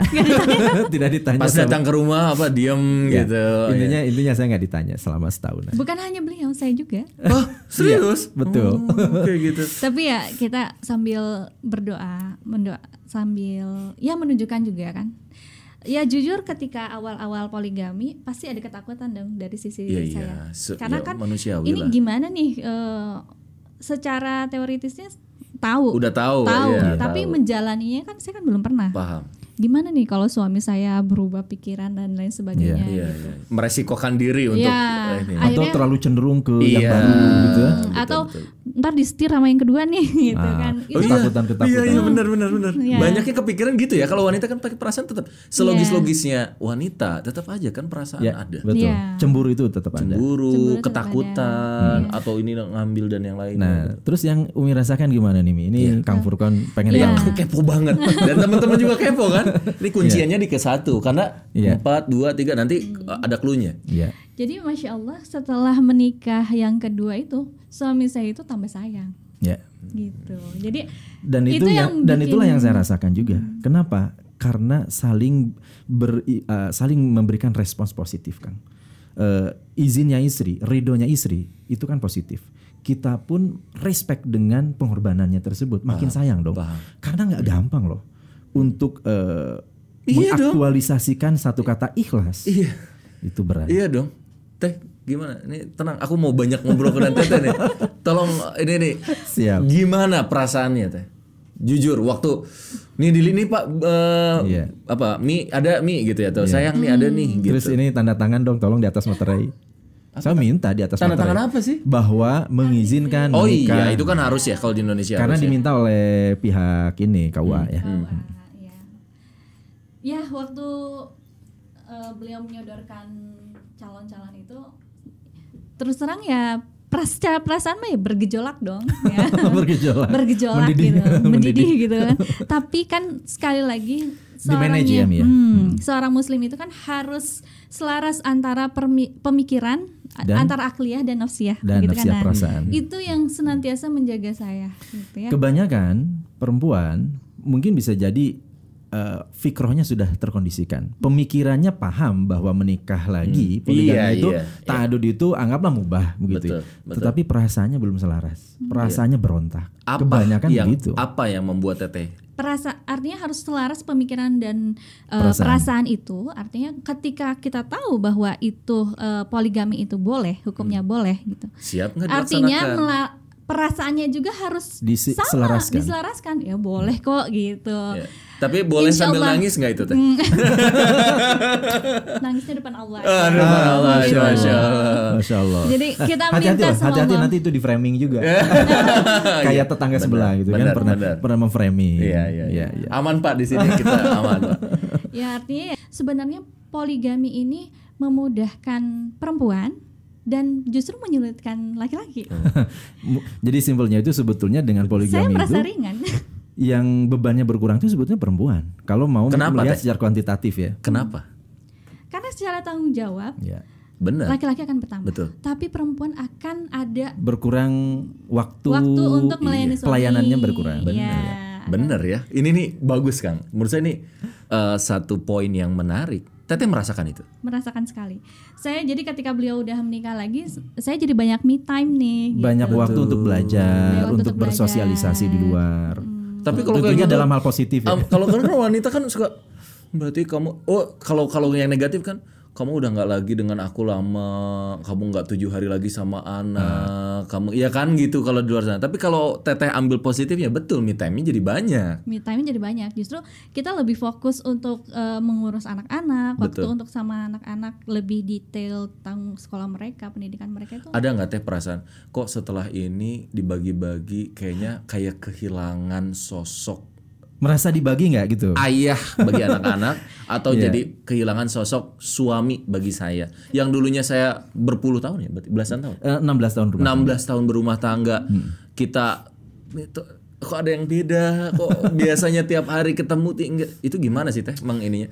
A: tidak ditanya
B: Pas
A: sama-
B: datang ke rumah apa diem
A: Ya,
B: gitu.
A: intinya intinya saya nggak ditanya selama setahun
C: Bukan hanya beliau, saya juga.
B: Hah, serius?
A: betul.
B: Oh, Oke gitu.
C: Tapi ya kita sambil berdoa, mendoa sambil ya menunjukkan juga kan. Ya jujur ketika awal-awal poligami pasti ada ketakutan dong dari sisi
B: Iya iya.
C: saya.
B: Se- ya,
C: Karena kan
B: manusiawi lah.
C: Ini gimana nih eh, secara teoritisnya tahu.
B: Udah tahu.
C: tahu,
B: ya,
C: tapi
B: tahu.
C: menjalaninya kan saya kan belum pernah.
B: paham.
C: Gimana nih kalau suami saya berubah pikiran dan lain sebagainya?
B: Iya iya. Meresikokan diri untuk
C: Iya.
B: eh, ini.
C: Akhirnya-
A: atau terlalu cenderung ke yang
B: Iya.
A: baru gitu ya.
C: Hmm, atau ntar disetir sama yang kedua nih gitu
A: Ah,
C: kan.
A: oh
C: Itu
A: iya. Ketakutan-ketakutan.
B: Iya iya benar benar benar.
C: Iya.
B: Banyaknya kepikiran gitu ya. Kalau wanita kan pakai perasaan tetap selogis-logisnya wanita tetap aja kan perasaan
A: Ya,
B: ada.
A: betul.
C: Iya.
A: Cemburu itu tetap ada.
B: Cemburu,
C: Cemburu tetap
B: ketakutan atau ini ngambil dan yang lain.
A: Nah, terus yang Umi rasakan gimana nih, Mi? Ini Kang Furkon pengen
B: Iya,
A: tahu.
B: aku kepo banget. Dan teman-teman juga kepo kan? Ini kunciannya di ke satu karena
A: Iya.
B: empat, dua, tiga nanti uh, ada klunya.
A: Iya.
C: Jadi masya Allah setelah menikah yang kedua itu suami saya itu tambah sayang
A: Ya.
C: gitu. Jadi
A: Dan itu,
C: Itu
A: yang,
C: yang
A: dan
C: bikin-
A: itulah yang saya rasakan juga. Kenapa? Karena saling ber, i- eh, saling memberikan respons positif, Kang. Eh, izinnya istri, ridhonya istri, itu kan positif. Kita pun respect dengan pengorbanannya tersebut, makin sayang dong. Karena nggak gampang loh untuk eh,
B: Iya dong.
A: mengaktualisasikan satu kata ikhlas. Itu berat.
B: Iya dong. Teh gimana? Ini tenang, aku mau banyak ngobrol ke Teh nih. Tolong ini nih.
A: Siap.
B: Gimana perasaannya Teh? Jujur waktu nih Dili nih Pak eh,
A: Iya.
B: apa Mi ada Mi gitu ya atau sayang nih ada nih gitu.
A: Terus ini tanda tangan dong, tolong di atas materai. Saya minta di atas
B: Tanda
A: materai.
B: tangan apa sih?
A: Bahwa mengizinkan
B: Oh
A: menikah.
B: iya, itu kan harus ya kalau di Indonesia.
A: Karena
B: harus ya. Hmm.
A: diminta oleh pihak ini KUA ya.
C: Wah, ya. ya waktu eh, beliau menyodorkan calon-calon itu terus terang ya pras- secara perasaan mah ya bergejolak dong ya.
A: Bergejolak.
C: bergejolak
A: Mendidih.
C: gitu mendidih,
A: Mendidih.
C: gitu kan tapi kan sekali lagi seorang
A: Dimanage ya, Mi, ya?
C: hmm, seorang muslim itu kan harus selaras antara permi- pemikiran a-
A: Dan?
C: antara akliyah dan nafsiyah
A: Dan
C: gitu
A: nafsiyah
C: kan, nah.
A: perasaan.
C: itu yang senantiasa menjaga saya gitu ya
A: Kebanyakan perempuan mungkin bisa jadi eh, fikrohnya sudah terkondisikan, pemikirannya paham bahwa menikah lagi, poligami
B: Iya,
A: itu
B: iya,
A: taadud itu anggaplah mubah begitu. ya.
B: Betul, betul.
A: Tetapi perasaannya belum selaras,
C: Hmm.
A: perasaannya berontak.
B: apa
A: Kebanyakan
B: yang
A: begitu.
B: apa yang membuat Teteh
C: perasa artinya harus selaras pemikiran dan eh,
A: Perasaan.
C: perasaan. itu artinya ketika kita tahu bahwa itu eh, poligami itu boleh hukumnya
A: Hmm.
C: boleh gitu
B: siap nggak
C: artinya
B: dilaksanakan?
C: mela- perasaannya juga harus
A: Disi-
C: sama
A: selaraskan.
C: diselaraskan ya boleh kok gitu
B: Ya. Tapi boleh
C: Insya
B: sambil
C: Allah. Hmm.
B: nangis nggak itu teh?
C: nangisnya depan Allah
B: Aduh,
C: Gitu.
B: Masya Allah, Masya Allah.
A: Masya Allah.
C: jadi kita
A: hati-hati
C: minta
A: loh,
C: sama
A: hati-hati
C: Allah
A: nanti itu di framing juga. Kayak tetangga sebelah gitu
B: Iya. benar,
A: kan pernah
B: benar.
A: pernah memframing.
B: Iya iya iya. Aman Pak di sini kita aman Pak.
C: ya artinya ya, sebenarnya poligami ini memudahkan perempuan dan justru menyulitkan laki-laki
A: Mu- Jadi simpelnya itu sebetulnya dengan
C: saya
A: Hmm, poligami
C: merasa
A: itu
C: ringan
A: yang bebannya berkurang itu sebetulnya perempuan. Kalau mau
B: Kenapa,
A: melihat
B: Teh?
A: secara kuantitatif ya.
B: Kenapa?
C: karena secara tanggung jawab
A: Ya.
B: Benar.
C: laki-laki akan bertambah
B: Betul.
C: tapi perempuan akan ada
A: Berkurang waktu,
C: waktu untuk melayani
A: iya,
C: suami
A: pelayanannya berkurang.
C: Iya.
B: Benar ya. Ini nih bagus Kang. Menurut saya ini eh, satu poin yang menarik. Teteh merasakan itu.
C: merasakan sekali saya jadi ketika beliau udah menikah lagi s- saya jadi banyak me time nih gitu.
A: Banyak waktu untuk belajar,
C: Banyak waktu
A: untuk
C: untuk belajar. Hmm.
A: bersosialisasi di luar.
B: Tapi kalau kayak
A: tentunya
B: gitu-
A: dalam hal positif ya.
B: Am, kalau kan wanita kan suka berarti kamu oh kalau kalau yang negatif kan kamu udah nggak lagi dengan aku lama kamu nggak tujuh hari lagi sama anak kamu ya kan gitu kalau di luar sana tapi kalau teteh ambil positifnya betul me time jadi banyak
C: me time jadi banyak justru kita lebih fokus untuk eh, mengurus anak-anak waktu
B: Betul.
C: untuk sama anak-anak lebih detail tentang sekolah mereka pendidikan mereka itu
B: ada nggak teh perasaan kok setelah ini dibagi-bagi kayaknya kayak kehilangan sosok
A: Merasa dibagi nggak gitu?
B: ayah bagi anak-anak atau jadi kehilangan sosok suami bagi saya yang dulunya saya berpuluh tahun ya berarti belasan tahun Hmm.
A: Eh, 16 tahun rumah.
B: 16 tahun berumah tangga kita itu kok ada yang beda kok biasanya tiap hari ketemu ti- enggak itu gimana sih teh mang ininya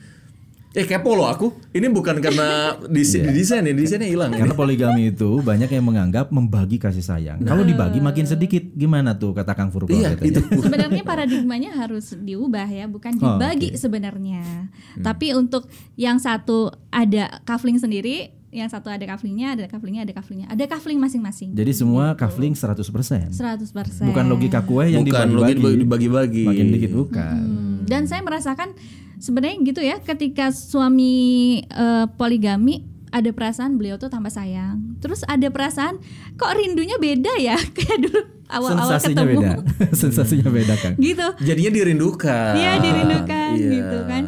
B: eh kepo loh aku ini bukan karena disi- didesain ya desainnya hilang
A: Karena poligami itu banyak yang menganggap membagi kasih sayang. Kalau dibagi makin sedikit, gimana tuh kata Kang Furqon
B: Nah. iya
A: katanya?
B: itu
C: sebenarnya paradigmanya harus diubah ya bukan
A: Oh, Hmm.
C: dibagi sebenarnya tapi untuk yang satu ada kafling sendiri yang satu ada kaflingnya ada kaflingnya ada kaflingnya ada kafling masing-masing
A: Jadi semua kafling 100%.
C: 100%
A: Bukan logika kue yang
B: bukan logik
A: dibagi-bagi.
B: dibagi-bagi
A: Makin dikit bukan.
C: Hmm, dan saya merasakan sebenarnya gitu ya ketika suami eh, poligami ada perasaan beliau tuh tambah sayang terus ada perasaan kok rindunya beda ya kayak dulu awal-awal
A: Sensasinya
C: ketemu
A: beda. Sensasinya beda kan.
C: gitu
B: jadinya dirindukan
A: Ah,
C: Iya dirindukan
B: Iya.
C: gitu kan.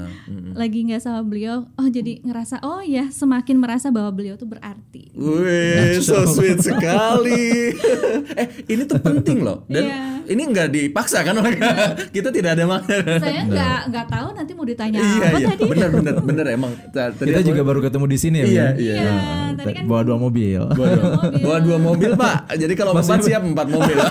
C: Lagi nggak sama beliau, oh jadi ngerasa oh ya semakin merasa bahwa beliau tuh berarti.
A: Nah,
B: Wih, so sweet sekali. eh, ini tuh penting loh. Dan
C: Iya.
B: ini nggak dipaksa kan orang kita tidak ada makna.
C: Saya nggak nggak tahu nanti mau ditanya
B: Iya,
C: Nah, apa
B: iya,
C: tadi.
B: bener bener bener emang. Ta- Tadi
A: Kita
B: aku-
A: juga baru ketemu di sini ya.
B: Iya,
A: Min?
B: iya.
C: Iya, tadi kan
A: Bawa dua mobil.
B: Bawa dua, bawa dua mobil pak. Jadi kalau empat siap empat mobil.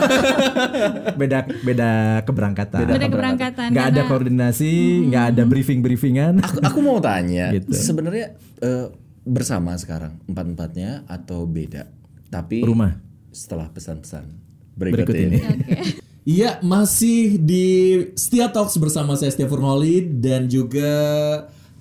A: beda beda keberangkatan.
C: Beda keberangkatan,
A: Nggak ada
C: karena- Hmm.
A: koordinasi, nggak ada briefing-briefingan.
B: aku, aku mau tanya,
A: Gitu.
B: sebenarnya eh, bersama sekarang empat empatnya atau beda? Tapi
A: Rumah.
B: setelah pesan-pesan berikut,
A: Berikut
B: ini.
A: ini.
E: Iya, masih di Setia Talks bersama saya Setia Furmoli dan juga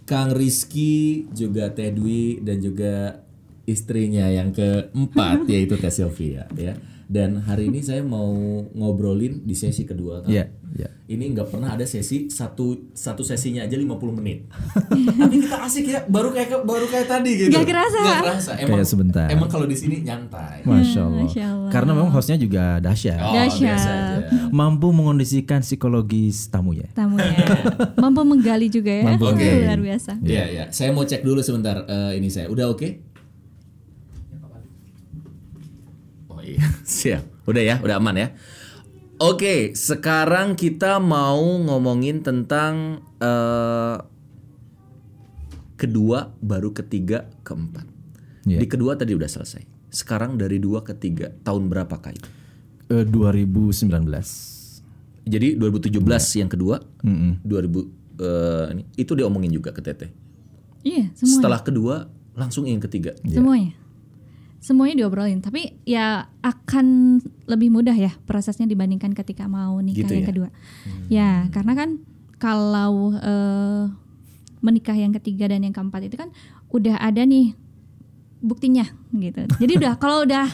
E: Kang Rizky, juga Teh Dwi dan juga istrinya yang keempat yaitu Teh Sylvia ya. Dan hari ini saya mau ngobrolin di sesi kedua Kang.
A: Iya, iya.
E: Ini nggak pernah ada sesi satu satu sesinya aja 50 menit. Tapi kita asik ya, baru kayak baru kayak tadi gitu.
C: Nggak kerasa.
E: Nggak kerasa. Emang
A: Kayak sebentar.
E: Emang kalau di sini nyantai.
A: Masya Allah.
C: Hmm, Masya Allah.
A: Karena memang hostnya juga dahsyat.
E: Oh,
C: Dahsyat.
E: biasa aja.
A: Mampu mengondisikan psikologis ya? tamunya.
C: Tamunya mampu menggali juga ya.
A: iya. Mampu
C: Wah,
E: menggali.
C: Luar biasa.
E: Iya, iya. Saya mau cek dulu sebentar eh, ini saya. Udah oke?
B: Oh iya, siap. Udah ya, udah aman ya. Oke, sekarang kita mau ngomongin tentang eh, kedua, baru ketiga, keempat.
A: Iya.
B: Di kedua tadi udah selesai. Sekarang dari dua ke tiga, tahun berapa kali?
A: Eh, 2019.
B: Jadi 2017 yang kedua, 2000 eh, ini itu diomongin juga ke Teteh.
C: Iya semua
B: Setelah kedua, langsung yang ketiga.
A: Iya.
C: semuanya semuanya diobrolin. Tapi ya akan lebih mudah ya prosesnya dibandingkan ketika mau nikah
B: Gitu
C: yang
B: ya?
C: kedua.
A: Hmm.
C: Ya karena kan kalau eh, menikah yang ketiga dan yang keempat itu kan udah ada nih buktinya gitu. Jadi udah kalau udah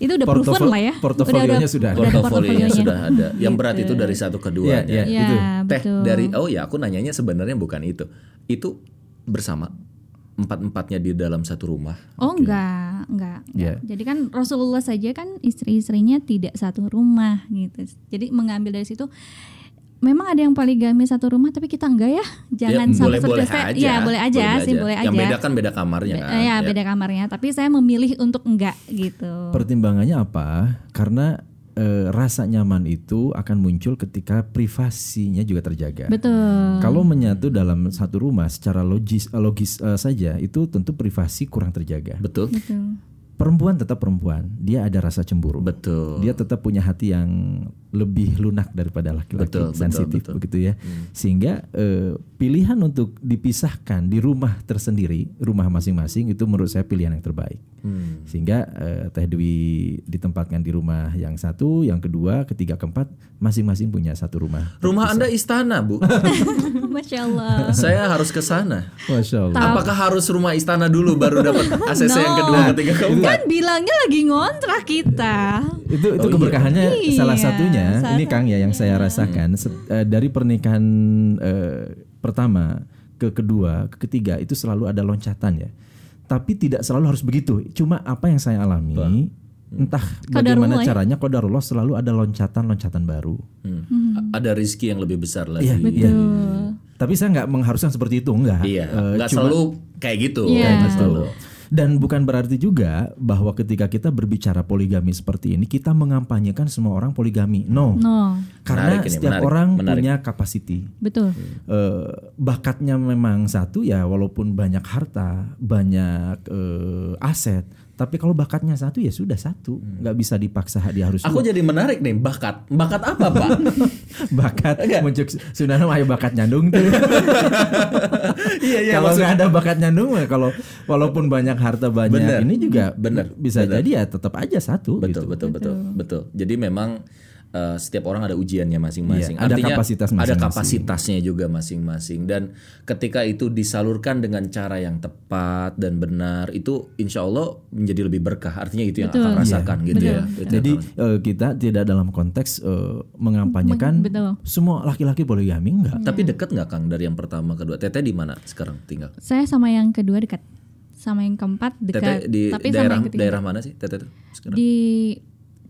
C: itu udah proven
A: Portofo-
C: lah ya. Udah-
A: portofolionya sudah ada.
C: ada
B: Portofolionya
C: portofolionya.
B: sudah ada. Yang berat itu dari satu ke
A: Iya,
B: dua.
A: iya.
C: Ya,
A: Itu.
B: Teh
C: Iya. betul.
B: dari oh ya aku nanyanya sebenarnya bukan itu. Itu bersama empat empatnya di dalam satu rumah.
C: Oh enggak, enggak. enggak.
A: Iya.
C: Jadi kan Rasulullah saja kan istri-istrinya tidak satu rumah gitu. Jadi mengambil dari situ memang ada yang poligami satu rumah tapi kita enggak ya. Jangan
B: Ya,
C: sampai
B: boleh-boleh
C: satu-
B: aja.
C: Ya, boleh aja sih, boleh aja.
B: Yang beda kan beda kamarnya
C: Be-
B: kan.
C: ya, beda kamarnya, tapi saya memilih untuk enggak gitu.
A: Pertimbangannya apa? Karena eh, rasa nyaman itu akan muncul ketika privasinya juga terjaga.
C: Betul.
A: Kalau menyatu dalam satu rumah secara logis logis eh, saja itu tentu privasi kurang terjaga.
B: Betul.
C: Betul.
A: Perempuan tetap perempuan, dia ada rasa cemburu.
B: Betul.
A: Dia tetap punya hati yang lebih lunak daripada
B: Betul,
A: laki-laki,
B: betul,
A: sensitif
B: betul. Hmm.
A: begitu ya. Sehingga eh, pilihan untuk dipisahkan di rumah tersendiri, rumah masing-masing itu menurut saya pilihan yang terbaik.
B: Hmm.
A: Sehingga eh, Teh Dwi ditempatkan di rumah yang satu, yang kedua, ketiga, keempat masing-masing punya satu rumah.
B: Rumah Anda istana, Bu.
C: Masya Allah.
B: Saya harus ke sana.
A: Masya Allah.
B: Apakah harus rumah istana dulu baru dapat ACC yang kedua,
C: No.
B: ketiga, keempat?
C: Kan bilangnya lagi ngontrak kita.
A: itu itu keberkahannya
C: Iya,
A: salah satunya
C: salah
A: ini Kang ya yang saya rasakan se- eh, dari pernikahan eh, pertama ke kedua ke ketiga itu selalu ada loncatan ya tapi tidak selalu harus begitu cuma apa yang saya alami Hmm. entah bagaimana
C: Qadarullah ya.
A: caranya kodarullah selalu ada loncatan loncatan baru
B: Hmm. A- Ada rizki yang lebih besar
A: Iya,
B: lagi. Iya,
A: iya. tapi saya nggak mengharuskan seperti itu enggak Eh, cuma-
B: nggak selalu kayak gitu. Nggak
C: Iya.
A: Betul.
B: selalu.
A: Dan bukan berarti juga bahwa ketika kita berbicara poligami seperti ini kita mengampanyekan semua orang poligami. No.
C: No,
A: Karena
B: Menarik ini,
A: setiap
B: menarik,
A: orang
B: menarik.
A: punya capacity.
C: betul.
A: Eh, bakatnya memang satu ya walaupun banyak harta, banyak eh, aset, Tapi kalau bakatnya satu ya sudah satu, nggak bisa dipaksa dia harus
B: Hmm. Aku jadi menarik nih bakat. Bakat apa, Pak?
A: Gitu. bakat muncul Sunana mah ayo bakat nyandung tuh.
B: Iya, iya,
A: Kalau
B: maksud-
A: nggak ada bakat nyandung mah kalau walaupun banyak harta banyak
B: Bener,
A: ini juga
B: bener,
A: bisa
B: bener.
A: jadi ya tetap aja satu
B: betul,
A: gitu.
B: betul, betul, betul. Jadi memang eh, setiap orang ada ujiannya masing-masing.
A: Iya, ada kapasitas
B: Ada
A: masing-masing.
B: kapasitasnya juga masing-masing. Dan ketika itu disalurkan dengan cara yang tepat dan benar, itu insya Allah menjadi lebih berkah. Artinya itu yang akan rasakan
C: Iya,
B: gitu ya. Itu yang
A: Jadi
B: akan-
A: eh, kita tidak dalam konteks eh, mengampanyekan
C: Meng- betul.
A: semua laki-laki ya, poligami enggak.
B: tapi dekat nggak Kang dari yang pertama kedua? Teteh di mana sekarang tinggal?
C: Saya sama yang kedua dekat, sama yang keempat dekat,
B: Teteh di
C: tapi sama
B: daerah
C: yang ketiga
B: daerah mana sih Teteh tuh sekarang?
C: di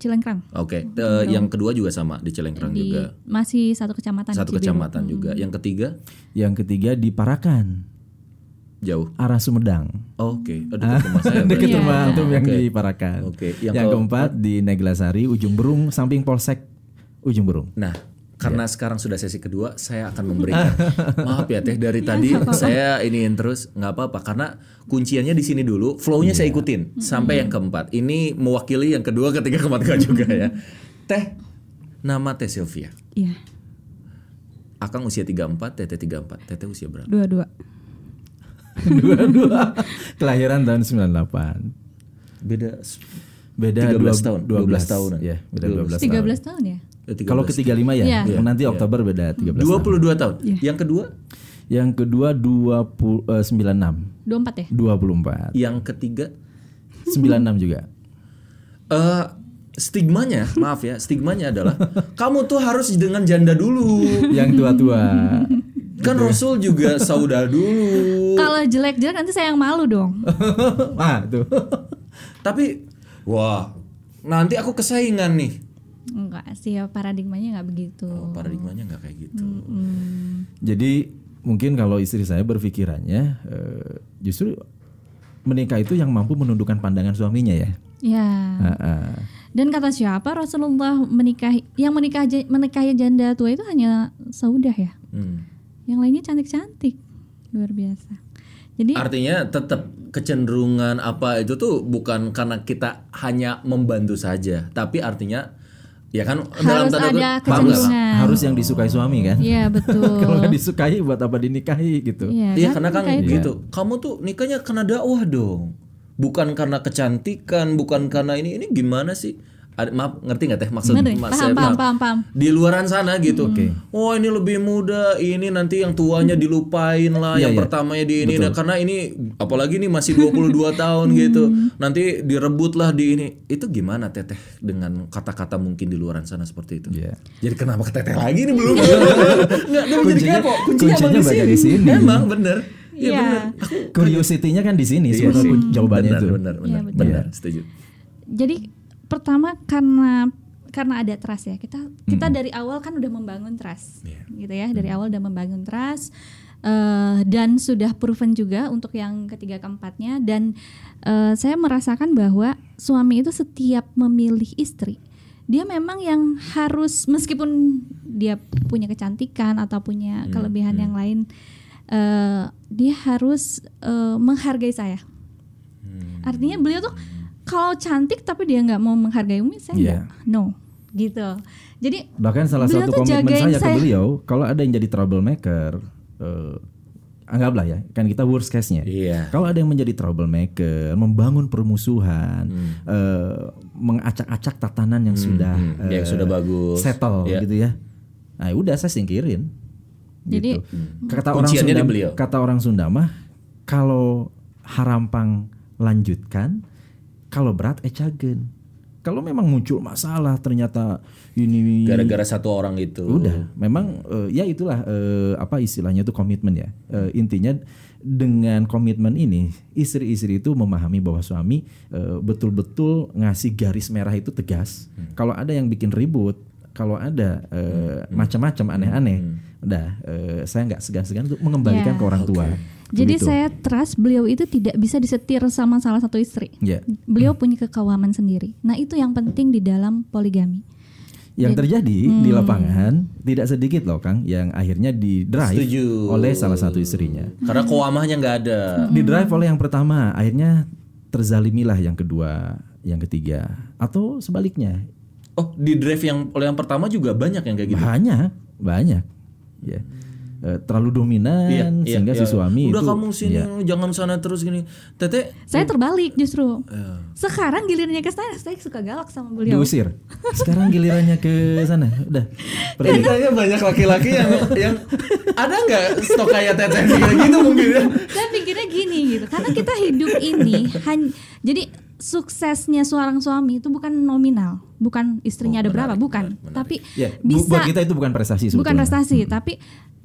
C: Cilengkrang.
B: Oke, eh, yang kedua juga sama di Cilengkrang
C: Di
B: juga.
C: masih satu kecamatan.
B: Satu
C: Cibiru.
B: kecamatan juga. Yang ketiga
A: Yang ketiga di Parakan,
B: jauh.
A: arah Sumedang.
B: Oke, oh, dekat rumah saya.
A: Deket
B: berarti.
A: rumah antum yang
B: Oke.
A: di Parakan.
B: Oke, yang
A: Yang,
B: ke-
A: keempat di Neglasari, Ujung Berung, samping Polsek Ujung Berung.
B: Nah, karena sekarang sudah sesi kedua, saya akan memberikan. Maaf ya Teh, dari tadi saya iniin terus nggak apa-apa karena kunciannya di sini dulu, flow-nya saya ikutin sampai yang keempat. Ini mewakili yang kedua, ketiga, keempat nggak juga ya. Teh, nama Teh Sylvia.
C: Iya,
B: Akang usia 34, Teteh 34. Teteh usia berapa?
C: dua-dua.
A: Dua-dua. Kelahiran tahun 98.
B: Beda s-
A: Beda
B: 13
A: dua-
B: tahun,
A: 12
B: tahunan.
A: Ya, beda 12, tahun.
B: 12
C: 13 tahun ya?
B: eh, 13.
A: Kalau ke 35 ya,
C: Iya.
A: nanti Oktober beda 13 tahun.
B: 22 tahun. Yang kedua,
A: Yang kedua 20, eh, 96.
C: 24 ya?
A: 24.
B: yang ketiga
A: 96 juga.
B: eh stigmanya, maaf ya, stigmanya adalah kamu tuh harus dengan janda dulu.
A: Yang tua-tua.
B: Kan Rasul juga saudara dulu.
C: Kalau jelek-jelek nanti saya yang malu dong.
A: ah, tuh.
B: Tapi wah, nanti aku kesaingan nih.
C: Enggak sih, ya, paradigmanya nggak begitu. Hmm.
B: Oh, paradigmanya nggak kayak gitu.
A: Jadi mungkin kalau istri saya berpikirannya eh, justru menikah itu yang mampu menundukkan pandangan suaminya ya.
C: Ya.
A: Ah, ah.
C: Dan kata siapa Rasulullah menikah yang menikah ja- menikahi janda tua itu hanya saudah ya.
B: Hmm.
C: Yang lainnya cantik-cantik. Luar biasa. Jadi
B: Artinya tetap kecenderungan apa itu tuh bukan karena kita hanya membantu saja, tapi artinya ya kan
C: harus
B: tanda kutip-
C: ada
B: paham nggak, Pak?
C: kecenderungan.
A: Harus yang disukai suami kan.
C: Iya,
A: kalau
C: betul.
A: nggak disukai buat apa dinikahi gitu.
C: Iya,
B: Iya
C: kan?
B: karena kan
C: Kayak-
B: gitu. Kamu tuh nikahnya karena dakwah dong. Bukan karena kecantikan, bukan karena ini ini gimana sih? Ada- maaf ngerti nggak teh maksud
C: Ngerti.
B: maksud-
C: Paham, paham,
B: maaf.
C: paham, paham.
B: Di luaran sana gitu. Oh, ini lebih muda, ini nanti yang tuanya dilupain lah, yang
A: iya.
B: pertamanya di ini Nah, karena ini apalagi ini masih 22 tahun gitu. Nanti direbut lah di ini. Itu gimana teteh dengan kata-kata mungkin di luaran sana seperti itu?
A: Iya.
B: Jadi kenapa ke teteh lagi nih belum? Enggak, jadi
A: Kuncinya-
B: kepo. Kuncinya,
A: kuncinya
B: emang
A: baca
B: di
A: di
B: sini.
A: sini.
B: Emang bener. Iya
C: Iya.
B: bener.
A: Curiosity-nya kan di sini
B: Iya
A: sebenarnya
B: sih.
A: kun- jawabannya
B: benar,
A: itu.
B: Benar, benar,
C: betul.
B: benar, setuju.
C: Jadi pertama karena karena ada trust ya. Kita kita dari awal kan udah membangun trust. Gitu ya, dari awal udah membangun trust. eh, dan sudah proven juga untuk yang ketiga keempatnya dan eh, saya merasakan bahwa suami itu setiap memilih istri dia memang yang harus meskipun dia punya kecantikan atau punya kelebihan yang lain eh, dia harus eh, menghargai saya Artinya beliau tuh kalau cantik tapi dia nggak mau menghargai Umi, saya
A: Iya.
C: nggak, no, gitu. Jadi
A: Bahkan salah
C: Beliau
A: satu
C: tuh
A: komitmen
C: jagain
A: saya, ke
C: saya.
A: beliau, kalau ada yang jadi troublemaker, eh, anggaplah ya, kan kita worst case-nya.
B: Iya.
A: Kalau ada yang menjadi troublemaker, membangun permusuhan, eh, mengacak-acak tatanan yang sudah eh,
B: hmm. Yang sudah bagus.
A: settle
B: Iya.
A: gitu ya. Nah, udah saya singkirin.
C: Jadi-
A: gitu. kata orang
B: Kunciannya
A: Sunda,
B: di beliau.
A: kata orang Sunda mah kalau harampang lanjutkan, kalau berat ecagen. Kalau memang muncul masalah ternyata ini
B: Gara-gara satu orang itu.
A: Udah, memang eh, ya itulah eh, apa istilahnya itu komitmen ya. Eh, intinya dengan komitmen ini istri-istri itu memahami bahwa suami eh, betul-betul ngasih garis merah itu tegas. Kalau ada yang bikin ribut, kalau ada eh, macam-macam aneh-aneh, udah eh, saya nggak segan-segan untuk mengembalikan
C: Ya.
A: ke orang tua.
C: jadi
A: Begitu.
C: saya trust beliau itu tidak bisa disetir sama salah satu istri.
A: Ya.
C: Beliau punya kekawaman sendiri. Nah itu yang penting di dalam poligami.
A: Yang terjadi
C: Hmm.
A: di lapangan tidak sedikit loh Kang yang akhirnya di drive
B: Setuju.
A: oleh salah satu istrinya.
B: Karena koamahnya nggak ada.
A: di drive oleh yang pertama akhirnya terzalimilah yang kedua, yang ketiga, atau sebaliknya.
B: Oh, di drive yang oleh yang pertama juga banyak yang kayak gitu.
A: Banyak, banyak. Ya. Eh, terlalu dominan
B: Iya, iya,
A: sehingga
B: iya.
A: si suami
B: Udah
A: itu
B: kamu sini,
A: Iya.
B: jangan sana terus gini. Tete,
A: Eh.
C: Saya terbalik justru. Sekarang gilirannya ke saya, saya suka galak sama beliau.
A: diusir. Sekarang gilirannya ke sana. Udah. pergi.
B: Ceritanya banyak laki-laki yang yang ada nggak stok kayak teteh kayak gitu mungkin ya?
C: saya pikirnya gini gitu karena kita hidup ini han- jadi suksesnya seorang suami itu bukan nominal bukan istrinya
A: Oh,
C: ada berapa bukan tapi
A: Ya, bu-
C: bisa
A: buat kita itu bukan prestasi
C: bukan
A: sebetulnya.
C: prestasi tapi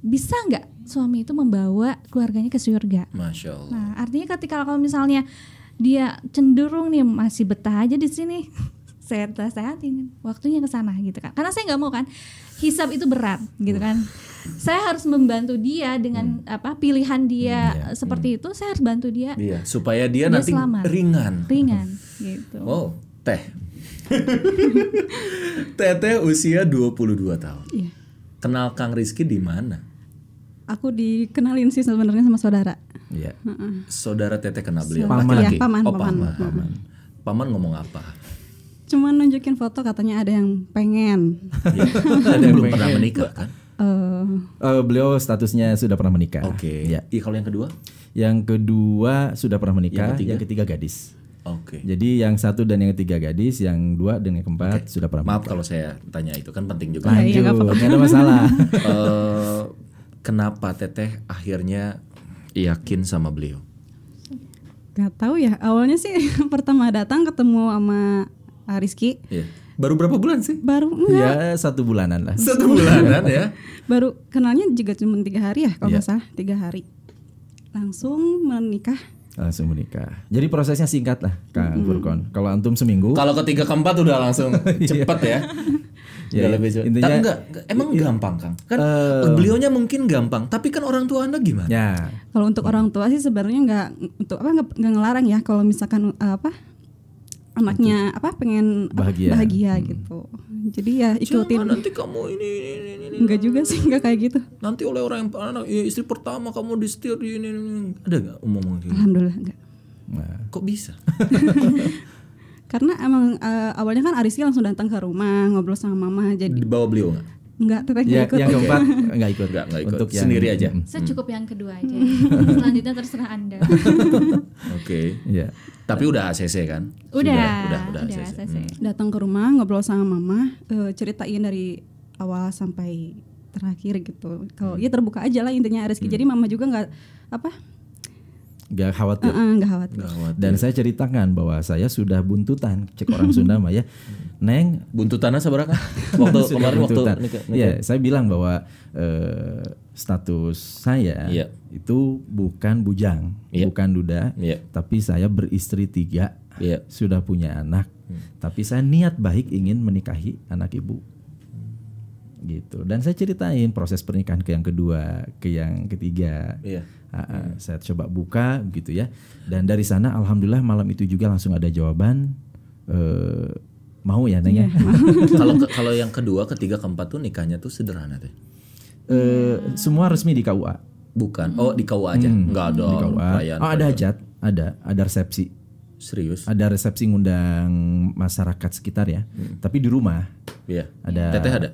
C: bisa nggak suami itu membawa keluarganya ke surga
B: Masya Allah.
C: nah artinya ketika kalau misalnya dia cenderung nih masih betah aja di sini saya nasehatin waktunya ke sana gitu kan karena saya nggak mau kan hisap itu berat gitu kan saya harus membantu dia dengan apa pilihan dia seperti itu saya harus bantu dia
B: Iya, supaya dia,
C: Dia
B: nanti
C: selamat.
B: ringan.
C: ringan gitu
B: Wow, teh. teteh usia 22 tahun.
F: Iya.
B: Kenal Kang Rizky di mana?
F: Aku dikenalin sih sebenarnya sama saudara.
A: Iya.
B: Saudara teteh kenal beliau.
A: Paman.
B: Laki-laki?
F: Iya, paman,
B: Oh,
F: paman,
B: paman. Paman ngomong apa?
F: Cuman nunjukin foto katanya ada yang pengen.
B: Iya. Teteh belum pernah menikah kan?
F: Eh,
A: Eh, beliau statusnya sudah pernah menikah.
B: Oke.
A: Ya.
B: Iya, kalau yang kedua?
A: Yang kedua sudah pernah menikah,
B: Yang ketiga?
A: yang ketiga gadis.
B: Oke.
A: Jadi yang satu dan yang ketiga gadis, yang dua dan yang keempat sudah pernah
B: Maaf kalau saya tanya itu kan penting juga.
A: menikah. Lanjut, nggak ada masalah.
B: Eh, kenapa Teteh akhirnya yakin sama beliau?
F: Gak tahu ya. Awalnya sih pertama datang ketemu sama ah, Rizky.
B: Baru berapa bulan sih?
F: Baru enggak,
A: ya satu bulanan lah.
B: Satu bulanan ya.
F: baru kenalnya juga cuma tiga hari ya kalau nggak salah tiga hari. Langsung menikah.
A: Langsung menikah. Jadi prosesnya singkat lah, Kang Furkon. Kalau antum seminggu,
B: Kalau ketiga keempat udah langsung cepet ya. Udah
A: Iya. Ya,
B: lebih cepet.
A: intinya- iya. Eh.
B: Tapi enggak, emang gampang Kang. Kan beliaunya mungkin gampang, tapi kan orang tua Anda gimana?
A: ya
F: Kalau untuk orang tua sih sebenarnya nggak untuk apa nggak nggak ngelarang ya kalau misalkan eh, apa anaknya apa pengen apa,
A: Bahagia.
F: gitu. Jadi ya ikutin.
B: Jangan, nanti kamu ini, ini, ini, ini.
F: Enggak juga sih enggak kayak gitu.
B: nanti oleh orang yang anak ya istri pertama kamu di setir ini, ini, ini. ada nggak umum gitu?
F: Alhamdulillah enggak.
B: Kok bisa?
F: Karena emang eh, awalnya kan Ariski langsung datang ke rumah ngobrol sama mama jadi
B: Di bawah beliau nggak?
F: enggak teteh
A: Ya,
F: nggak ikut.
A: yang keempat nggak ikut.
B: Nggak, nggak ikut.
A: Untuk yang-
B: Sendiri aja.
A: Mm.
C: saya cukup yang kedua aja selanjutnya terserah anda
B: Oke.
A: Iya.
B: Tapi udah ACC kan?
C: udah
B: Sudah, udah,
C: udah,
B: udah ACC.
C: saya-
B: Hmm.
C: saya.
F: Datang ke rumah ngobrol sama mama eh, ceritain dari awal sampai terakhir gitu. Kalau ya terbuka aja lah intinya Ariski. Jadi mama juga enggak apa
A: Nggak khawatir.
F: eh, eh, enggak khawatir.
B: Ah.
A: Dan saya ceritakan bahwa saya sudah buntutan, cek orang Sunda mah ya. Neng,
B: Buntutannya seberapa? Waktu
A: Sudah
B: kemarin waktu
A: tuntutan.
B: nikah-
A: Iya,
B: nikah.
A: saya bilang bahwa eh, status saya
B: Iya.
A: itu bukan bujang,
B: Iya.
A: bukan duda,
B: Iya.
A: tapi saya beristri tiga,
B: Iya.
A: sudah punya anak,
B: Hmm.
A: tapi saya niat baik ingin menikahi anak ibu,
B: Hmm.
A: gitu. Dan saya ceritain proses pernikahan ke yang kedua, ke yang ketiga.
B: Iya.
A: Ah, ah, Saya coba buka gitu ya. Dan dari sana alhamdulillah malam itu juga langsung ada jawaban eh, mau ya nanya.
B: Iya. Kalau ke- kalau yang kedua, ketiga, keempat tuh nikahnya tuh sederhana tuh.
A: Eh, semua resmi di KUA.
B: Bukan. Oh, di KUA aja. Enggak ada
A: Hmm. Di KUA.
B: perayaan.
A: Oh, ada hajat, ada, ada resepsi.
B: Serius?
A: Ada resepsi ngundang masyarakat sekitar ya.
B: Hmm.
A: Tapi di rumah
B: Iya.
A: Ada-
B: Teteh ada.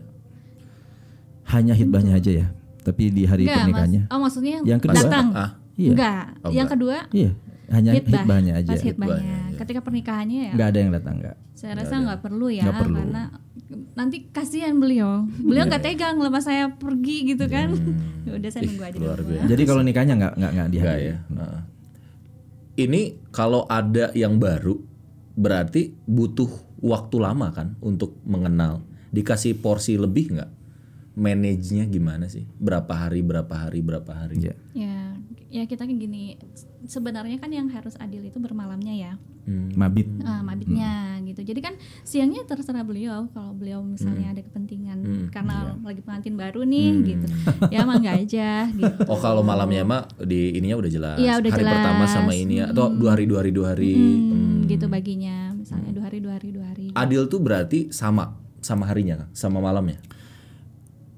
A: hanya hitbahnya aja ya. Tapi di hari
C: Enggak, Gitu. mas-
A: pernikahannya.
C: oh maksudnya
A: Yang kedua?
C: datang
B: Ah,
A: Iya.
C: enggak
B: Oh,
C: yang
B: enggak.
C: kedua
A: Iya, hanya
C: hitbah.
A: hitbahnya aja.
C: Pas hitbahnya.
B: Hitbahnya,
C: ketika pernikahannya ya
A: Nggak ada yang datang nggak.
C: saya rasa nggak perlu ya
A: Nggak perlu. Iya,
C: karena nanti kasihan beliau beliau nggak tegang lepas saya pergi gitu kan
A: Hmm.
C: Ya udah saya nunggu aja di
B: luar
C: rumah.
B: biasa.
A: Jadi kalau nikahnya nggak nggak nggak
B: Enggak
A: dihadiri.
B: ya. Heeh. Ini kalau ada yang baru berarti butuh waktu lama kan untuk mengenal. Dikasih porsi lebih nggak? Manage-nya gimana sih? Berapa hari, berapa hari, berapa hari?
A: Iya.
C: ya ya kita kan gini sebenarnya kan yang harus adil itu bermalamnya ya
B: Hmm.
A: Mabit.
C: eh, mabitnya gitu jadi kan siangnya terserah beliau kalau beliau
A: Hmm.
C: misalnya ada kepentingan karena
A: iya.
C: lagi pengantin baru nih gitu ya mangga aja gitu
B: Oh kalau malamnya mah di ininya udah jelas.
C: Iya, udah
B: hari
C: jelas.
B: pertama sama ini ya atau dua hari dua hari dua hari.
C: Hmm, gitu baginya misalnya dua hari dua hari dua hari
B: Adil tuh berarti sama sama harinya Kang? sama malamnya.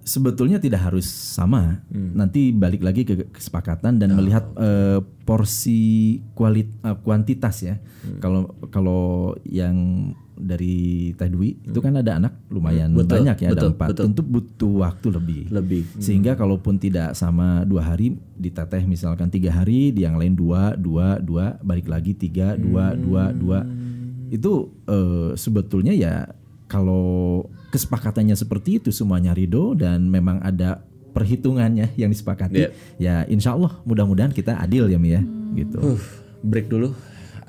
A: sebetulnya tidak harus sama. Nanti balik lagi ke kesepakatan dan melihat eh, porsi kualit eh, kuantitas ya. Kalau kalau yang dari Teh Dwi itu kan ada anak lumayan banyak ya ada empat. Tentu butuh waktu lebih.
B: Lebih.
A: Hmm. Sehingga kalaupun tidak sama dua hari di Teteh misalkan tiga hari, di yang lain dua, dua, dua, balik lagi tiga, dua, dua, dua. Hmm. Itu eh, sebetulnya ya kalau kesepakatannya seperti itu semuanya ridho dan memang ada perhitungannya yang disepakati ya insya Allah mudah-mudahan kita adil ya Mi ya gitu
B: Uh, break dulu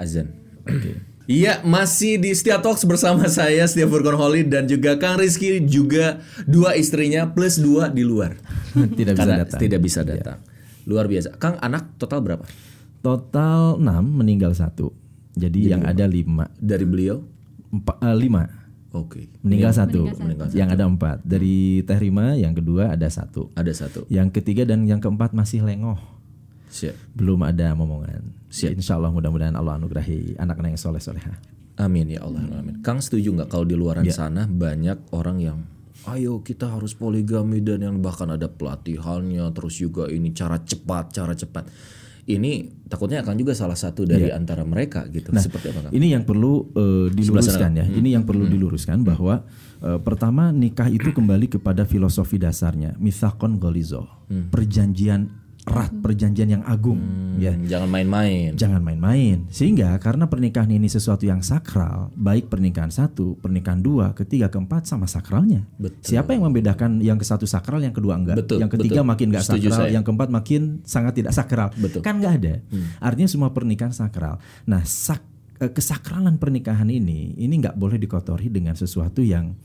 B: azan. Iya, masih di Setia Talks bersama saya Setia Furkon Holly dan juga Kang Rizky juga dua istrinya plus dua di luar.
A: tidak bisa
B: Karena
A: datang Iya.
B: tidak bisa datang. Luar biasa. Kang anak total berapa?
A: total 6 meninggal satu jadi, yang ada lima
B: Dari beliau?
A: empat eh, lima
B: Oke.
A: meninggal satu
B: Meninggal
A: yang ada empat dari Teh Rima yang kedua ada satu
B: Ada satu.
A: yang ketiga dan yang keempat masih lengoh
B: Siap.
A: belum ada momongan insya Allah mudah-mudahan Allah anugerahi anak-anak yang soleh soleha
B: Amin ya Allah
A: Hmm.
B: amin. Kang setuju nggak kalau di
A: Ya.
B: luaran sana banyak orang yang ayo kita harus poligami dan yang bahkan ada pelatihannya terus juga ini cara cepat cara cepat. Ini takutnya akan juga salah satu dari
A: Ya.
B: antara mereka gitu.
A: Nah,
B: Seperti apa Kang?
A: Ini yang perlu eh, diluruskan ya. Ini yang perlu diluruskan bahwa eh, pertama nikah itu kembali kepada filosofi dasarnya mithakon golizo, perjanjian erat, perjanjian yang agung
B: Hmm.
A: ya.
B: Jangan main-main.
A: Jangan main-main. Sehingga karena pernikahan ini sesuatu yang sakral, baik pernikahan satu, pernikahan dua, ketiga, keempat sama sakralnya. Siapa yang membedakan yang ke satu sakral, yang kedua enggak,
B: Betul,
A: yang ketiga
B: betul.
A: makin enggak
B: Setuju
A: sakral,
B: saya. Hmm.
A: yang keempat makin sangat tidak sakral. Kan enggak ada. Artinya semua pernikahan sakral. Nah, sak- eh, kesakralan pernikahan ini ini nggak boleh dikotori dengan sesuatu yang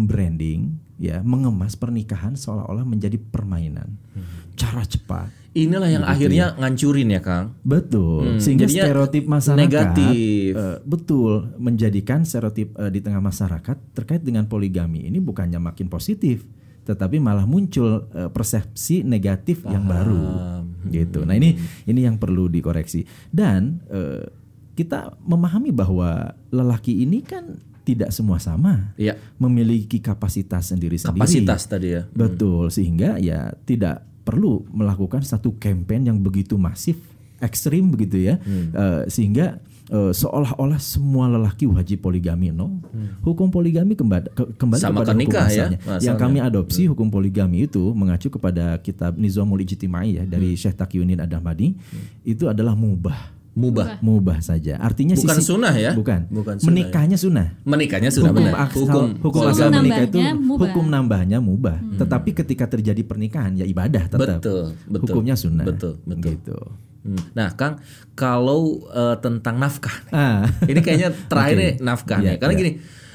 A: membranding ya, mengemas pernikahan seolah-olah menjadi permainan.
B: Hmm.
A: Cara cepat
B: Inilah yang akhirnya ngancurin ya Kang.
A: Betul. Sehingga
B: Hmm, jadinya
A: stereotip masyarakat
B: negatif.
A: eh, betul menjadikan stereotip eh, di tengah masyarakat terkait dengan poligami ini bukannya makin positif, tetapi malah muncul eh, persepsi negatif yang baru.
B: Hmm.
A: Gitu. Nah, ini ini yang perlu dikoreksi. Dan eh, kita memahami bahwa lelaki ini kan tidak semua sama.
B: Iya.
A: Memiliki kapasitas sendiri-sendiri.
B: Kapasitas tadi ya.
A: Betul, sehingga ya tidak perlu melakukan satu campaign yang begitu masif, ekstrim begitu ya,
B: Hmm.
A: Eh, sehingga eh, seolah-olah semua lelaki wajib poligami. No, hukum poligami kembali, ke- kembali
B: Hmm. Sama
A: kepada
B: ke
A: hukum
B: nikah ya,
A: asalnya. Yang
B: asalnya.
A: kami adopsi hukum poligami itu mengacu kepada kitab Nizamul Ijtimai ya dari
B: Hmm.
A: Syekh Taqiyuddin Adhamadi itu adalah mubah,
B: Mubah.
A: mubah saja. Artinya
B: Bukan
A: sisi-
B: sunnah ya?
A: bukan,
B: Bukan sunnah
A: menikahnya sunnah
B: Menikahnya sudah
A: hukum
B: benar.
A: asal, hukum, asal
C: Hukum
A: menikah itu
C: nambahnya mubah. Hmm.
A: hukum nambahnya mubah. Tetapi ketika terjadi pernikahan ya ibadah tetap.
B: Betul, betul.
A: Hukumnya sunnah.
B: Betul, betul.
A: Gitu.
B: Hmm. Nah, Kang, kalau eh, tentang nafkah,
A: Ah.
B: ini kayaknya terakhir nih nafkah
A: Iya,
B: nih. Karena
A: iya.
B: gini,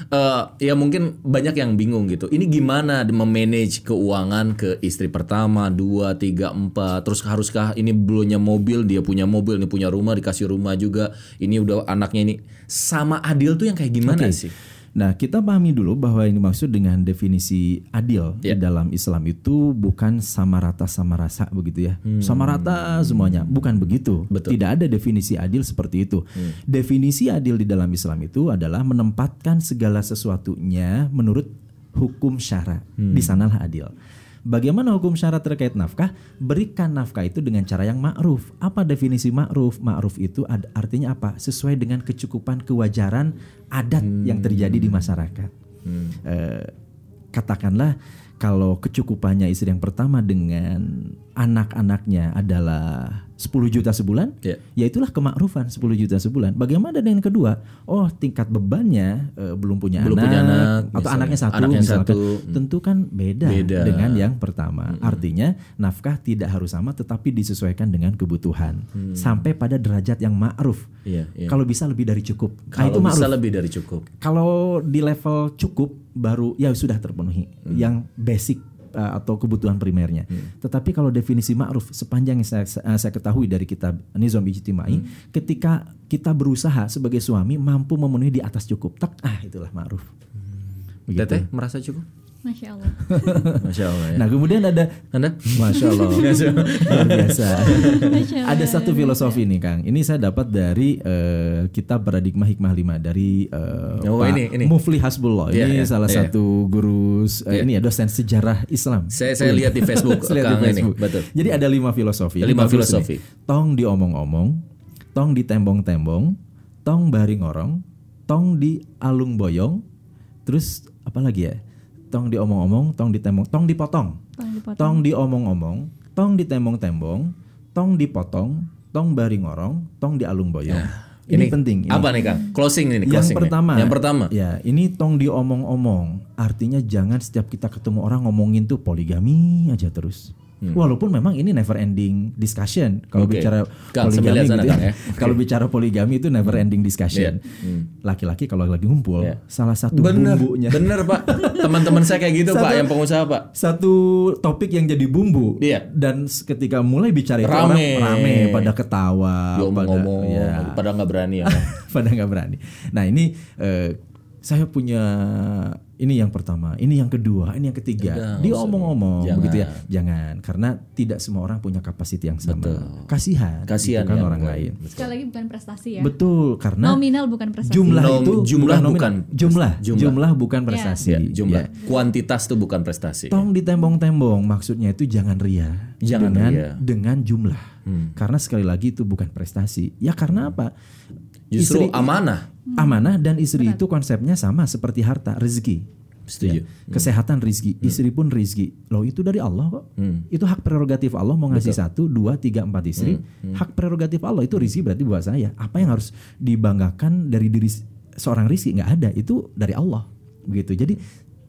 B: eh, ya mungkin banyak yang bingung gitu. Ini gimana memanage keuangan ke istri pertama, dua, tiga, empat. Terus haruskah ini punya mobil, dia punya mobil, ini punya rumah, dikasih rumah juga. Ini udah anaknya ini sama adil tuh yang kayak gimana
A: Oke.
B: sih?
A: Nah, kita pahami dulu bahwa ini maksud dengan definisi adil
B: Ya.
A: di dalam Islam itu bukan sama rata sama rasa begitu ya.
B: Hmm.
A: Sama rata semuanya, bukan begitu. Tidak ada definisi adil seperti itu.
B: Hmm.
A: Definisi adil di dalam Islam itu adalah menempatkan segala sesuatunya menurut hukum syara.
B: Hmm.
A: Di sanalah adil. Bagaimana hukum syarat terkait nafkah? Berikan nafkah itu dengan cara yang ma'ruf. Apa definisi ma'ruf? Ma'ruf itu ad- artinya apa? Sesuai dengan kecukupan kewajaran adat
B: Hmm.
A: yang terjadi di masyarakat. Eh, katakanlah kalau kecukupannya istri yang pertama dengan anak-anaknya adalah 10 juta sebulan,
B: Iya.
A: ya itulah kemakrufan 10 juta sebulan. Bagaimana dengan kedua? Oh, tingkat bebannya eh, belum punya
B: Belum
A: anak,
B: punya anak,
A: atau
B: misalnya.
A: anaknya satu
B: Anaknya
A: misalkan.
B: satu.
A: Tentu kan beda,
B: Beda.
A: dengan yang pertama.
B: Hmm.
A: Artinya nafkah tidak harus sama tetapi disesuaikan dengan kebutuhan sampai pada derajat yang ma'ruf.
B: Hmm. Iya, iya.
A: Kalau bisa lebih dari cukup. Nah,
B: Kalau
A: itu ma'ruf.
B: bisa lebih dari cukup.
A: Kalau di level cukup baru ya sudah terpenuhi
B: Hmm.
A: yang basic uh, atau kebutuhan primernya. Tetapi kalau definisi ma'ruf sepanjang yang saya, saya- saya ketahui dari kitab Nizam Ijtimai,
B: Hmm.
A: ketika kita berusaha sebagai
B: Hmm.
A: suami mampu memenuhi di atas cukup, tak ah itulah ma'ruf. Begitu.
B: ya. Teteh merasa cukup?
C: Masya Allah.
B: Masya Allah ya.
A: Nah kemudian ada
B: Anda?
A: Masya Allah Luar biasa
C: Masya Allah.
A: Ada satu filosofi nih Kang Ini saya dapat dari eh, Kitab Paradigma Hikmah 5 Dari eh,
B: Oh,
A: Pak
B: ini, ini.
A: Mufli Hasbullah
B: Iya,
A: Ini
B: iya,
A: salah
B: iya.
A: satu guru eh, Ini ya dosen sejarah Islam
B: Saya saya lihat di Facebook
A: Saya lihat di
B: Kang ini.
A: Facebook.
B: Betul.
A: Jadi ada lima filosofi.
B: Lima
A: bagus
B: filosofi.
A: nih. Tong diomong-omong, tong ditembong-tembong, tong baring orong, tong dialung boyong, terus apa lagi ya? Tong diomong-omong, tong ditembong, tong dipotong.
C: Tong dipotong.
A: Tong diomong-omong, tong ditembong-tembong, tong dipotong, tong baring orong, tong dialung boyong. Ini, penting. ini.
B: Ya, Apa nih Kang? Closing ini
A: Yang
B: closing nih.
A: pertama,
B: Yang pertama.
A: ya ini tong diomong-omong. Artinya jangan setiap kita ketemu orang ngomongin tuh poligami aja terus. Walaupun memang ini never ending discussion kalau
B: Hmm. Oke.
A: bicara
B: Kang,
A: poligami
B: sambil lihat sana,
A: gitu ya.
B: Kang, ya. Hmm.
A: Kalau bicara poligami itu never ending discussion. Laki-laki kalau lagi ngumpul,
B: Iya.
A: salah satu
B: Bener,
A: bumbunya
B: bener Pak. Teman-teman saya kayak gitu Pak,
A: Satu-
B: yang pengusaha Pak.
A: satu topik yang jadi bumbu
B: Iya.
A: dan s- ketika mulai bicara itu
B: Rame.
A: orang rame pada ketawa pada
B: Diomong-omong,
A: ya,
B: padahal nggak berani ya. Kang.
A: pada nggak berani. Nah ini eh, saya punya ini yang pertama, ini yang kedua, ini yang ketiga.
B: Udah,
A: Dia omong-omong
B: Jangan.
A: begitu ya, jangan karena tidak semua orang punya kapasiti yang sama. Kasihan,
B: Kasihan
A: gitu kan
B: ya,
A: orang
B: betul.
A: lain.
C: Sekali lagi bukan prestasi ya.
A: Betul karena
C: Nominal bukan prestasi.
A: jumlah
B: Nom-
A: itu
B: jumlah
A: nominal.
B: bukan
A: jumlah,
B: jumlah.
A: jumlah, bukan prestasi.
B: Ya, jumlah
A: Ya.
B: kuantitas tuh bukan prestasi.
A: Tong ditembong-tembong maksudnya itu jangan ria
B: Iya. Jangan
A: dengan
B: ria. Hmm.
A: dengan jumlah. Karena sekali lagi itu bukan prestasi. Ya karena apa?
B: Justru
A: Istri-
B: amanah.
A: Amanah dan istri itu konsepnya sama seperti harta, rezeki.
B: Setuju. Hmm.
A: Ya. Kesehatan rezeki, istri pun rezeki. Loh itu dari Allah kok.
B: Hmm.
A: Itu hak prerogatif Allah mau ngasih satu, dua, tiga, empat istri.
B: Hmm.
A: Hak prerogatif Allah itu rezeki berarti buat saya. Apa yang harus dibanggakan dari diri s- seorang rezeki nggak ada. Itu dari Allah. Begitu. Jadi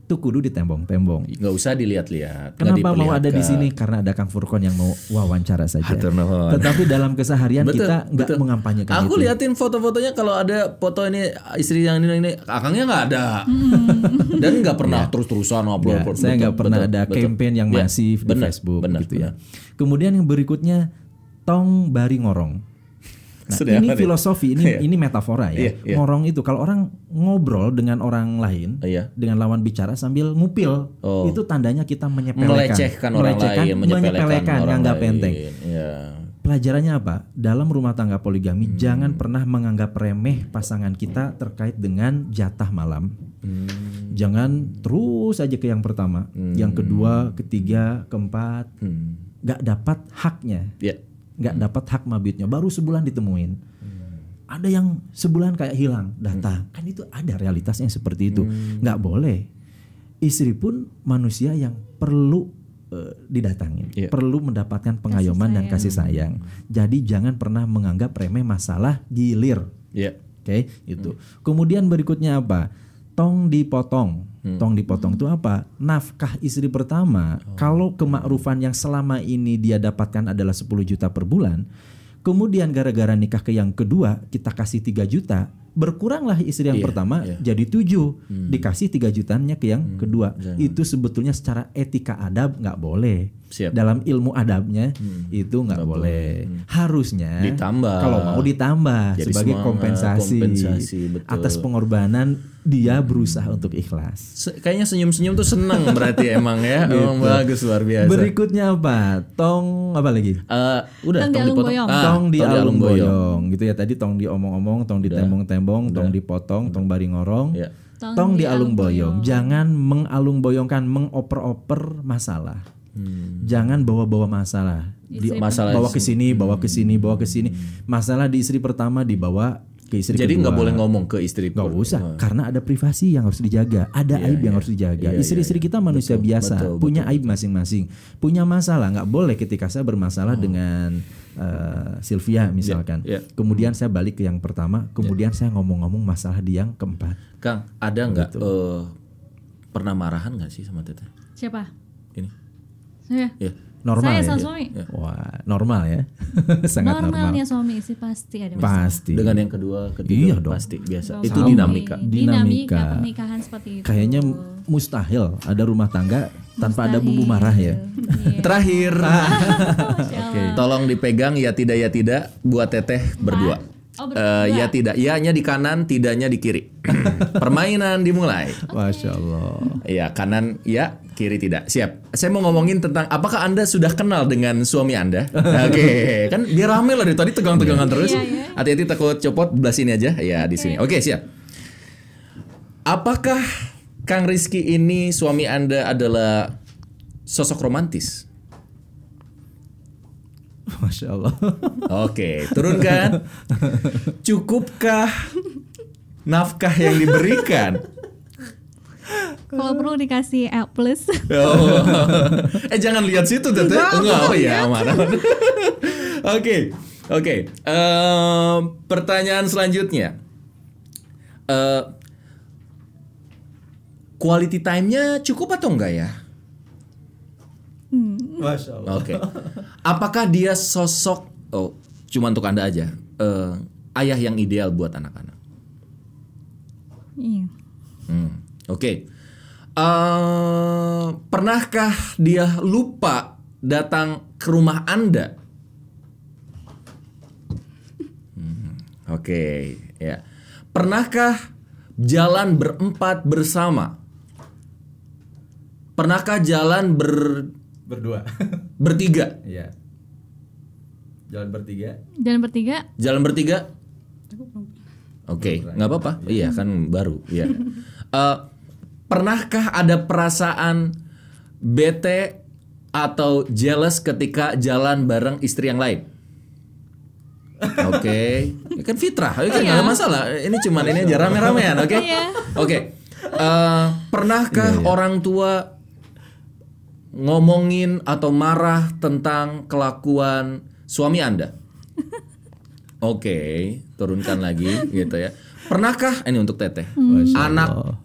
A: itu kudu ditembong-tembong.
B: nggak usah dilihat-lihat. nggak
A: Kenapa mau ada di
B: diperlihatkan.
A: sini? Karena ada Kang Furkon yang mau wawancara saja.
B: Hatur nuhun.
A: Tetapi dalam keseharian kita nggak
B: Iya. betul.
A: mengampanyekan
B: Aku
A: itu.
B: liatin foto-fotonya kalau ada foto ini istri yang ini ini akangnya nggak ada. Dan nggak pernah terus-terusan
A: Nggak, Iya.
B: upload. upload.
A: Ya, saya
B: Betul,
A: nggak pernah
B: betul,
A: ada
B: betul.
A: campaign yang
B: Ya,
A: masif di
B: benar,
A: Facebook
B: benar,
A: gitu
B: benar.
A: ya. Kemudian yang berikutnya tong bari ngorong. Nah,
B: Sudah
A: ini
B: apa nih?
A: filosofi, ini
B: Iya.
A: ini metafora ya.
B: Iya, iya.
A: Ngorong itu kalau orang ngobrol dengan orang lain,
B: Iya.
A: dengan lawan bicara sambil ngupil,
B: Oh.
A: itu tandanya kita menyepelekan,
B: Melecehkan orang
A: melecehkan,
B: lain, menyepelekan orang
A: nganggap
B: lain.
A: enteng.
B: Ya.
A: Pelajarannya apa? Dalam rumah tangga poligami jangan pernah menganggap remeh pasangan kita terkait dengan jatah malam. Jangan terus aja ke yang pertama, yang kedua, ketiga, keempat,
B: Hmm.
A: nggak dapat haknya,
B: Ya.
A: nggak dapat hak mabitnya. Baru sebulan ditemuin. Ada yang sebulan kayak hilang data, kan itu ada realitasnya seperti itu. Nggak boleh. Istri pun manusia yang perlu eh, didatangin,
B: Iya.
A: perlu mendapatkan pengayoman dan kasih sayang. Jadi jangan pernah menganggap remeh masalah gilir.
B: Ya.
A: Oke, itu. Kemudian berikutnya apa? Tong dipotong.
B: Hmm.
A: Tong dipotong itu apa? Nafkah istri pertama,
B: Oh.
A: kalau kemakrufan yang selama ini dia dapatkan adalah 10 juta per bulan, kemudian gara-gara nikah ke yang kedua kita kasih 3 juta, berkuranglah istri yang
B: Iya,
A: pertama
B: iya. Hmm.
A: jadi 7, dikasih 3 jutanya ke yang kedua. Itu sebetulnya secara etika adab nggak boleh.
B: Siap. Hmm.
A: Dalam ilmu adabnya itu nggak boleh. Harusnya
B: Ditambah.
A: Kalau mau ditambah
B: Jadi
A: Nah, sebagai
B: semangat,
A: kompensasi,
B: kompensasi, betul.
A: atas pengorbanan dia berusaha untuk ikhlas.
B: Se- Kayaknya senyum-senyum tuh seneng berarti emang ya.
A: Gitu.
B: Emang bagus luar biasa.
A: Berikutnya apa? Tong apa lagi?
B: Eh, udah
C: Tong dialung boyong.
B: Ah,
A: tong di alung
B: boyong.
A: boyong gitu ya tadi tong diomong-omong, tong ditembong-tembong, tong dipotong, tong baring ngorong.
B: Iya.
C: Tong
A: Tong di
C: dialung
A: alung boyong. Jangan mengalung boyongkan, mengoper-oper masalah. Jangan bawa-bawa masalah. Di-
B: Istri Hmm. Masalah Hmm.
A: bawa ke sini, bawa ke sini, bawa ke sini. Masalah di istri pertama dibawa ke istri
B: Jadi nggak
A: kedua.
B: boleh ngomong ke istri.
A: Gak
B: pun.
A: usah, karena ada privasi yang harus dijaga, ada
B: Iya,
A: aib yang harus dijaga. Istri-istri kita manusia biasa, punya aib masing-masing, punya masalah. Nggak boleh ketika saya bermasalah dengan eh, Sylvia misalkan,
B: Hmm. iya.
A: kemudian saya balik ke yang pertama, kemudian saya ngomong-ngomong masalah di yang keempat.
B: Kang, ada
A: Gitu.
B: nggak eh, pernah marahan nggak sih sama Teteh?
C: Siapa?
B: Ini.
C: Saya.
B: Ya.
A: Normal
C: Saya
A: ya?
C: sama suami.
B: Iya.
A: Wah, normal ya, sangat normal.
C: Normalnya suami sih pasti ada masalah.
A: Pasti.
B: Dengan yang kedua,
A: Iya
B: ketiga
A: dong.
B: pasti biasa.
C: Suami.
B: Itu dinamika.
A: Dinamika.
C: dinamika pernikahan seperti itu.
A: Kayaknya mustahil ada rumah tangga tanpa ada bumbu marah ya.
B: Terakhir,
C: Masya Allah.
B: tolong dipegang ya tidak ya tidak buat Teteh berdua.
C: Oh,
B: Eh, ya tidak, ianya di kanan, tidaknya di kiri. Permainan dimulai.
A: Masya Allah.
B: Ya kanan ya, kiri tidak. Siap. Saya mau ngomongin tentang apakah Anda sudah kenal dengan suami Anda? Nah, Oke, kan biar rame lah dari tadi tegang-tegangan terus. Hati-hati takut copot belah sini aja. Ya di sini. Oke, siap. Apakah Kang Rizky ini suami Anda adalah sosok romantis?
A: Masya Allah.
B: Oke, turunkan. Cukupkah nafkah yang diberikan?
C: Kalau perlu dikasih L plus.
B: Oh. eh jangan lihat situ Tete. Enggak, oh ya aman. aman. Oke. Oke. Ehm, pertanyaan selanjutnya. Eh quality time-nya cukup atau enggak ya?
A: Masya Allah.
B: Oke. Apakah dia sosok oh, cuma untuk Anda aja. eh, ayah yang ideal buat anak-anak.
C: Iya.
B: Hmm, Oke. Eh, pernahkah dia lupa datang ke rumah Anda? Hmm, Oke, ya. Pernahkah jalan berempat bersama? Pernahkah jalan ber
E: Berdua.
B: bertiga?
E: Iya. Jalan bertiga.
C: Dan bertiga
B: Jalan bertiga? Oke, nggak apa-apa. Iya kan baru. Iya. Eh, pernahkah ada perasaan bete atau jealous ketika jalan bareng istri yang lain? Oke, Ya kan fitrah, ya kan nggak ada masalah. Ini cuman ini aja rame-ramean, oke?
C: Iya.
B: Oke. Eh, pernahkah orang tua ngomongin atau marah tentang kelakuan suami Anda? Oke, turunkan lagi gitu ya. Pernahkah ini untuk Teteh? Anak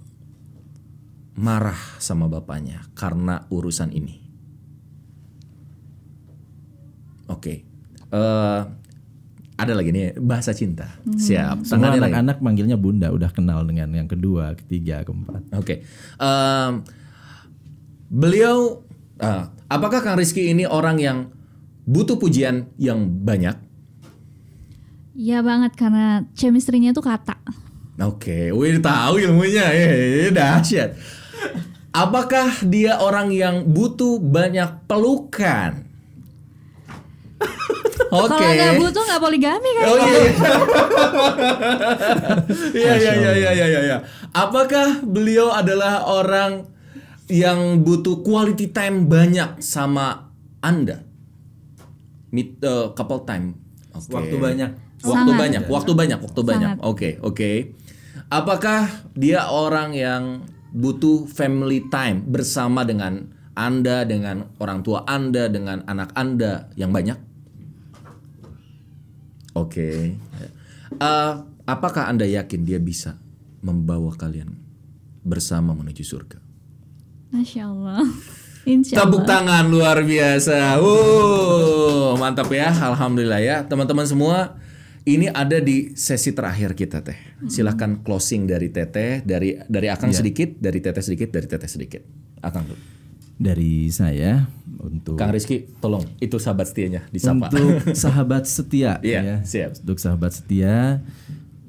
B: marah sama bapaknya karena urusan ini. Oke. Eh, ada lagi nih bahasa cinta. Siap.
A: Semua
B: Tangannya lagi.
A: anak-anak manggilnya bunda udah kenal dengan yang kedua, ketiga, keempat.
B: Oke. Em, beliau, ah, apakah Kang Rizky ini orang yang butuh pujian yang banyak?
C: ya banget karena chemistry-nya tuh kata.
B: Oke, wih tahu ilmunya, eh, dahsyat. Apakah dia orang yang butuh banyak pelukan? Oke.
C: Kalau nggak butuh nggak poligami kan?
B: Oh iya. Iya iya iya iya iya iya, iya. Apakah beliau adalah orang yang butuh quality time banyak sama Anda? Meet eh, couple time. Oke.
E: Waktu banyak.
B: Waktu
C: Sangat.
B: banyak, waktu banyak, waktu banyak. Oke,
C: Sangat.
B: oke. Apakah dia orang yang butuh family time bersama dengan Anda, dengan orang tua Anda, dengan anak Anda yang banyak? Oke. Eh, apakah Anda yakin dia bisa membawa kalian bersama menuju surga?
C: Masya Allah. Insya
B: Tepuk
C: Allah.
B: tangan luar biasa. Wow, mantap ya. Alhamdulillah ya. Teman-teman semua, ini ada di sesi terakhir kita Teh. Silahkan closing dari Teteh, dari dari Akang sedikit, dari Teteh sedikit, dari Teteh sedikit. Akang dulu.
A: Dari saya untuk
B: Kang Rizky, tolong itu sahabat setianya disapa.
A: untuk sahabat setia
B: Iya,
A: ya.
B: siap.
A: Untuk sahabat setia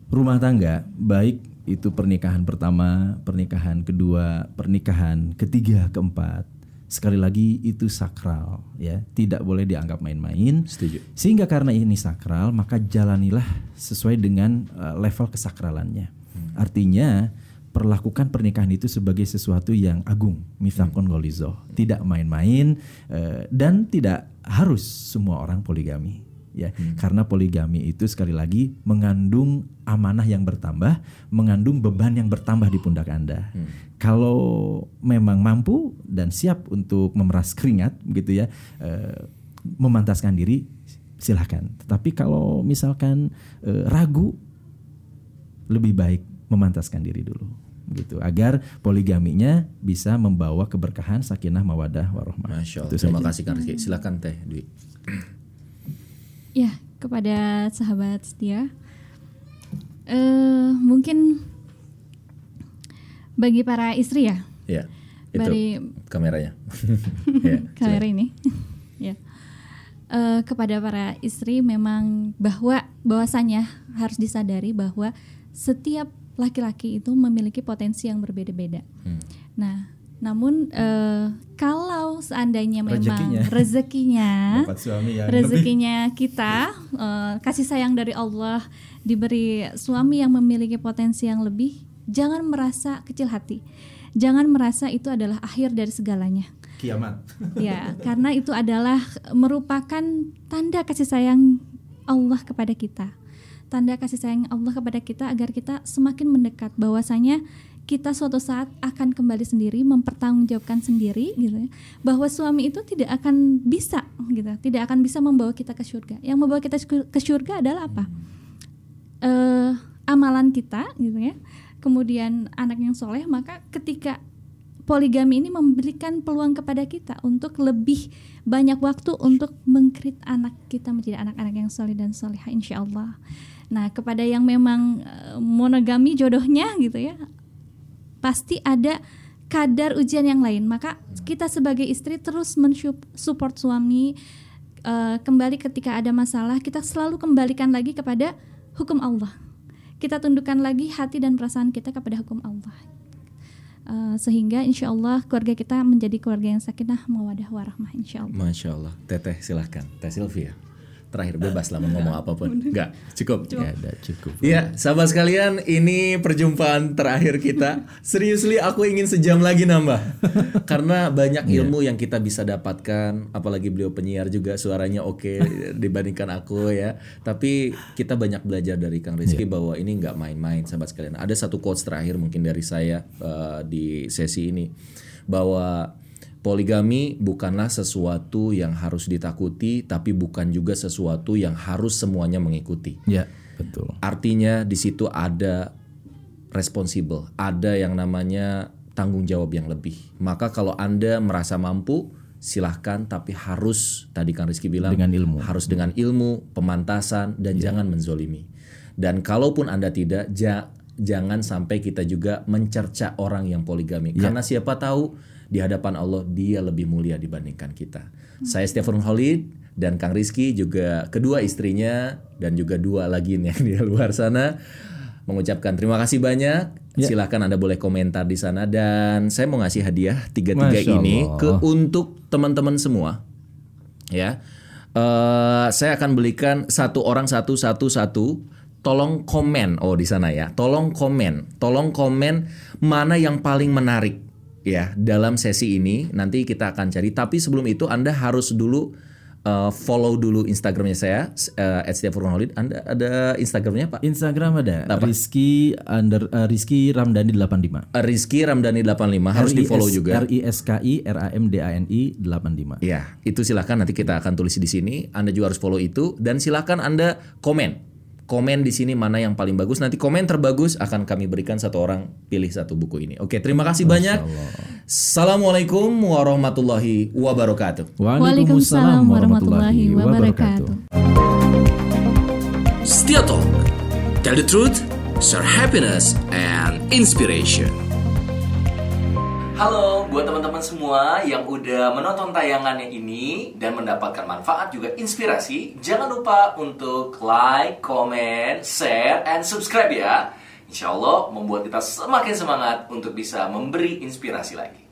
A: rumah tangga baik itu pernikahan pertama, pernikahan kedua, pernikahan ketiga, keempat. Sekali lagi itu sakral ya, tidak boleh dianggap main-main.
B: Setuju.
A: Sehingga karena ini sakral, maka jalanilah sesuai dengan eh, level kesakralannya. Hmm. Artinya perlakukan pernikahan itu sebagai sesuatu yang agung, mithakon golizo, tidak main-main eh, dan tidak harus semua orang poligami. Ya, karena poligami itu sekali lagi mengandung amanah yang bertambah, mengandung beban yang bertambah di pundak Anda. Kalau memang mampu dan siap untuk memeras keringat, begitu ya, eh, memantaskan diri, silahkan. Tetapi kalau misalkan eh, ragu, lebih baik memantaskan diri dulu, gitu. Agar poligaminya bisa membawa keberkahan, sakinah, mawadah, warohmah.
B: Masya Allah. Terima kasih Kang Rizky. Silakan Teh Dwi.
C: Ya kepada sahabat setia. Eh mungkin bagi para istri ya.
B: Ya. Itu
C: Dari-
B: kameranya. ya.
C: kamera ini. ya. eh, kepada para istri memang bahwa bahwasannya harus disadari bahwa setiap laki-laki itu memiliki potensi yang berbeda-beda.
A: Hmm.
C: Nah, namun eh, kalau seandainya memang
A: Rezekinya.
C: rezekinya
A: Dapat suami yang
C: rezekinya kita eh, kasih sayang dari Allah diberi suami yang memiliki potensi yang lebih jangan merasa kecil hati jangan merasa itu adalah akhir dari segalanya
A: kiamat.
C: ya karena itu adalah merupakan tanda kasih sayang Allah kepada kita tanda kasih sayang Allah kepada kita agar kita semakin mendekat bahwasanya kita suatu saat akan kembali sendiri mempertanggungjawabkan sendiri gitu ya bahwa suami itu tidak akan bisa gitu tidak akan bisa membawa kita ke surga yang membawa kita ke surga adalah apa eh, amalan kita gitu ya kemudian anak yang soleh maka ketika poligami ini memberikan peluang kepada kita untuk lebih banyak waktu untuk mengkrit anak kita menjadi anak-anak yang soleh dan soleha insya Allah nah kepada yang memang eh, monogami jodohnya gitu ya pasti ada kadar ujian yang lain maka kita sebagai istri terus mensupport suami eh, kembali ketika ada masalah kita selalu kembalikan lagi kepada hukum Allah kita tundukkan lagi hati dan perasaan kita kepada hukum Allah Eh, sehingga insya Allah keluarga kita menjadi keluarga yang sakinah mawadah warahmah insya Allah
B: Masya Allah. Teteh silahkan. Teh Sylvia. Terakhir bebas lah mau ngomong apapun. Enggak, cukup. Ya, udah, cukup. Iya, sahabat sekalian, ini perjumpaan terakhir kita. Seriously, aku ingin sejam lagi nambah. Karena banyak ilmu yang kita bisa dapatkan, apalagi beliau penyiar juga suaranya oke dibandingkan aku ya. Tapi kita banyak belajar dari Kang Rizky bahwa ini nggak main-main sahabat sekalian. Ada satu quotes terakhir mungkin dari saya eh, di sesi ini bahwa Poligami bukanlah sesuatu yang harus ditakuti, tapi bukan juga sesuatu yang harus semuanya mengikuti.
A: Ya, betul.
B: Artinya di situ ada responsible, ada yang namanya tanggung jawab yang lebih. Maka kalau Anda merasa mampu, silahkan tapi harus tadi Kang Rizky bilang
A: Dengan ilmu.
B: harus dengan ilmu, pemantasan dan
A: Iya.
B: jangan menzolimi. Dan kalaupun Anda tidak ja- jangan sampai kita juga mencerca orang yang poligami
A: Iya.
B: karena siapa tahu di hadapan Allah dia lebih mulia dibandingkan kita.
A: Hmm.
B: Saya Stephen Holid dan Kang Rizky juga kedua istrinya dan juga dua lagi nih yang di luar sana mengucapkan terima kasih banyak.
A: Iya.
B: Silahkan Anda boleh komentar di sana dan saya mau ngasih hadiah tiga-tiga
A: Masya
B: ini
A: Allah.
B: ke untuk teman-teman semua ya eh saya akan belikan satu orang satu satu satu tolong komen oh di sana ya tolong komen tolong komen mana yang paling menarik ya dalam sesi ini nanti kita akan cari tapi sebelum itu anda harus dulu eh, follow dulu instagramnya saya eh, at anda ada instagramnya pak
A: Instagram ada Rizky under eh, Rizky Ramdhani 85.
B: Rizky Ramdhani 85 harus di follow juga
A: R I S K I R A M D A N I 85.
B: Ya, itu silakan nanti kita akan tulis di sini. Anda juga harus follow itu dan silakan Anda komen. Komen di sini mana yang paling bagus. Nanti komen terbagus akan kami berikan satu orang pilih satu buku ini. Oke, terima kasih banyak. Assalamualaikum warahmatullahi wabarakatuh.
C: Waalaikumsalam warahmatullahi wabarakatuh.
D: Setia Talk. Tell the truth, share happiness and inspiration.
G: Halo, buat teman-teman semua yang udah menonton tayangannya ini dan mendapatkan manfaat juga inspirasi, jangan lupa untuk like, comment, share, and subscribe ya. Insya Allah membuat kita semakin semangat untuk bisa memberi inspirasi lagi.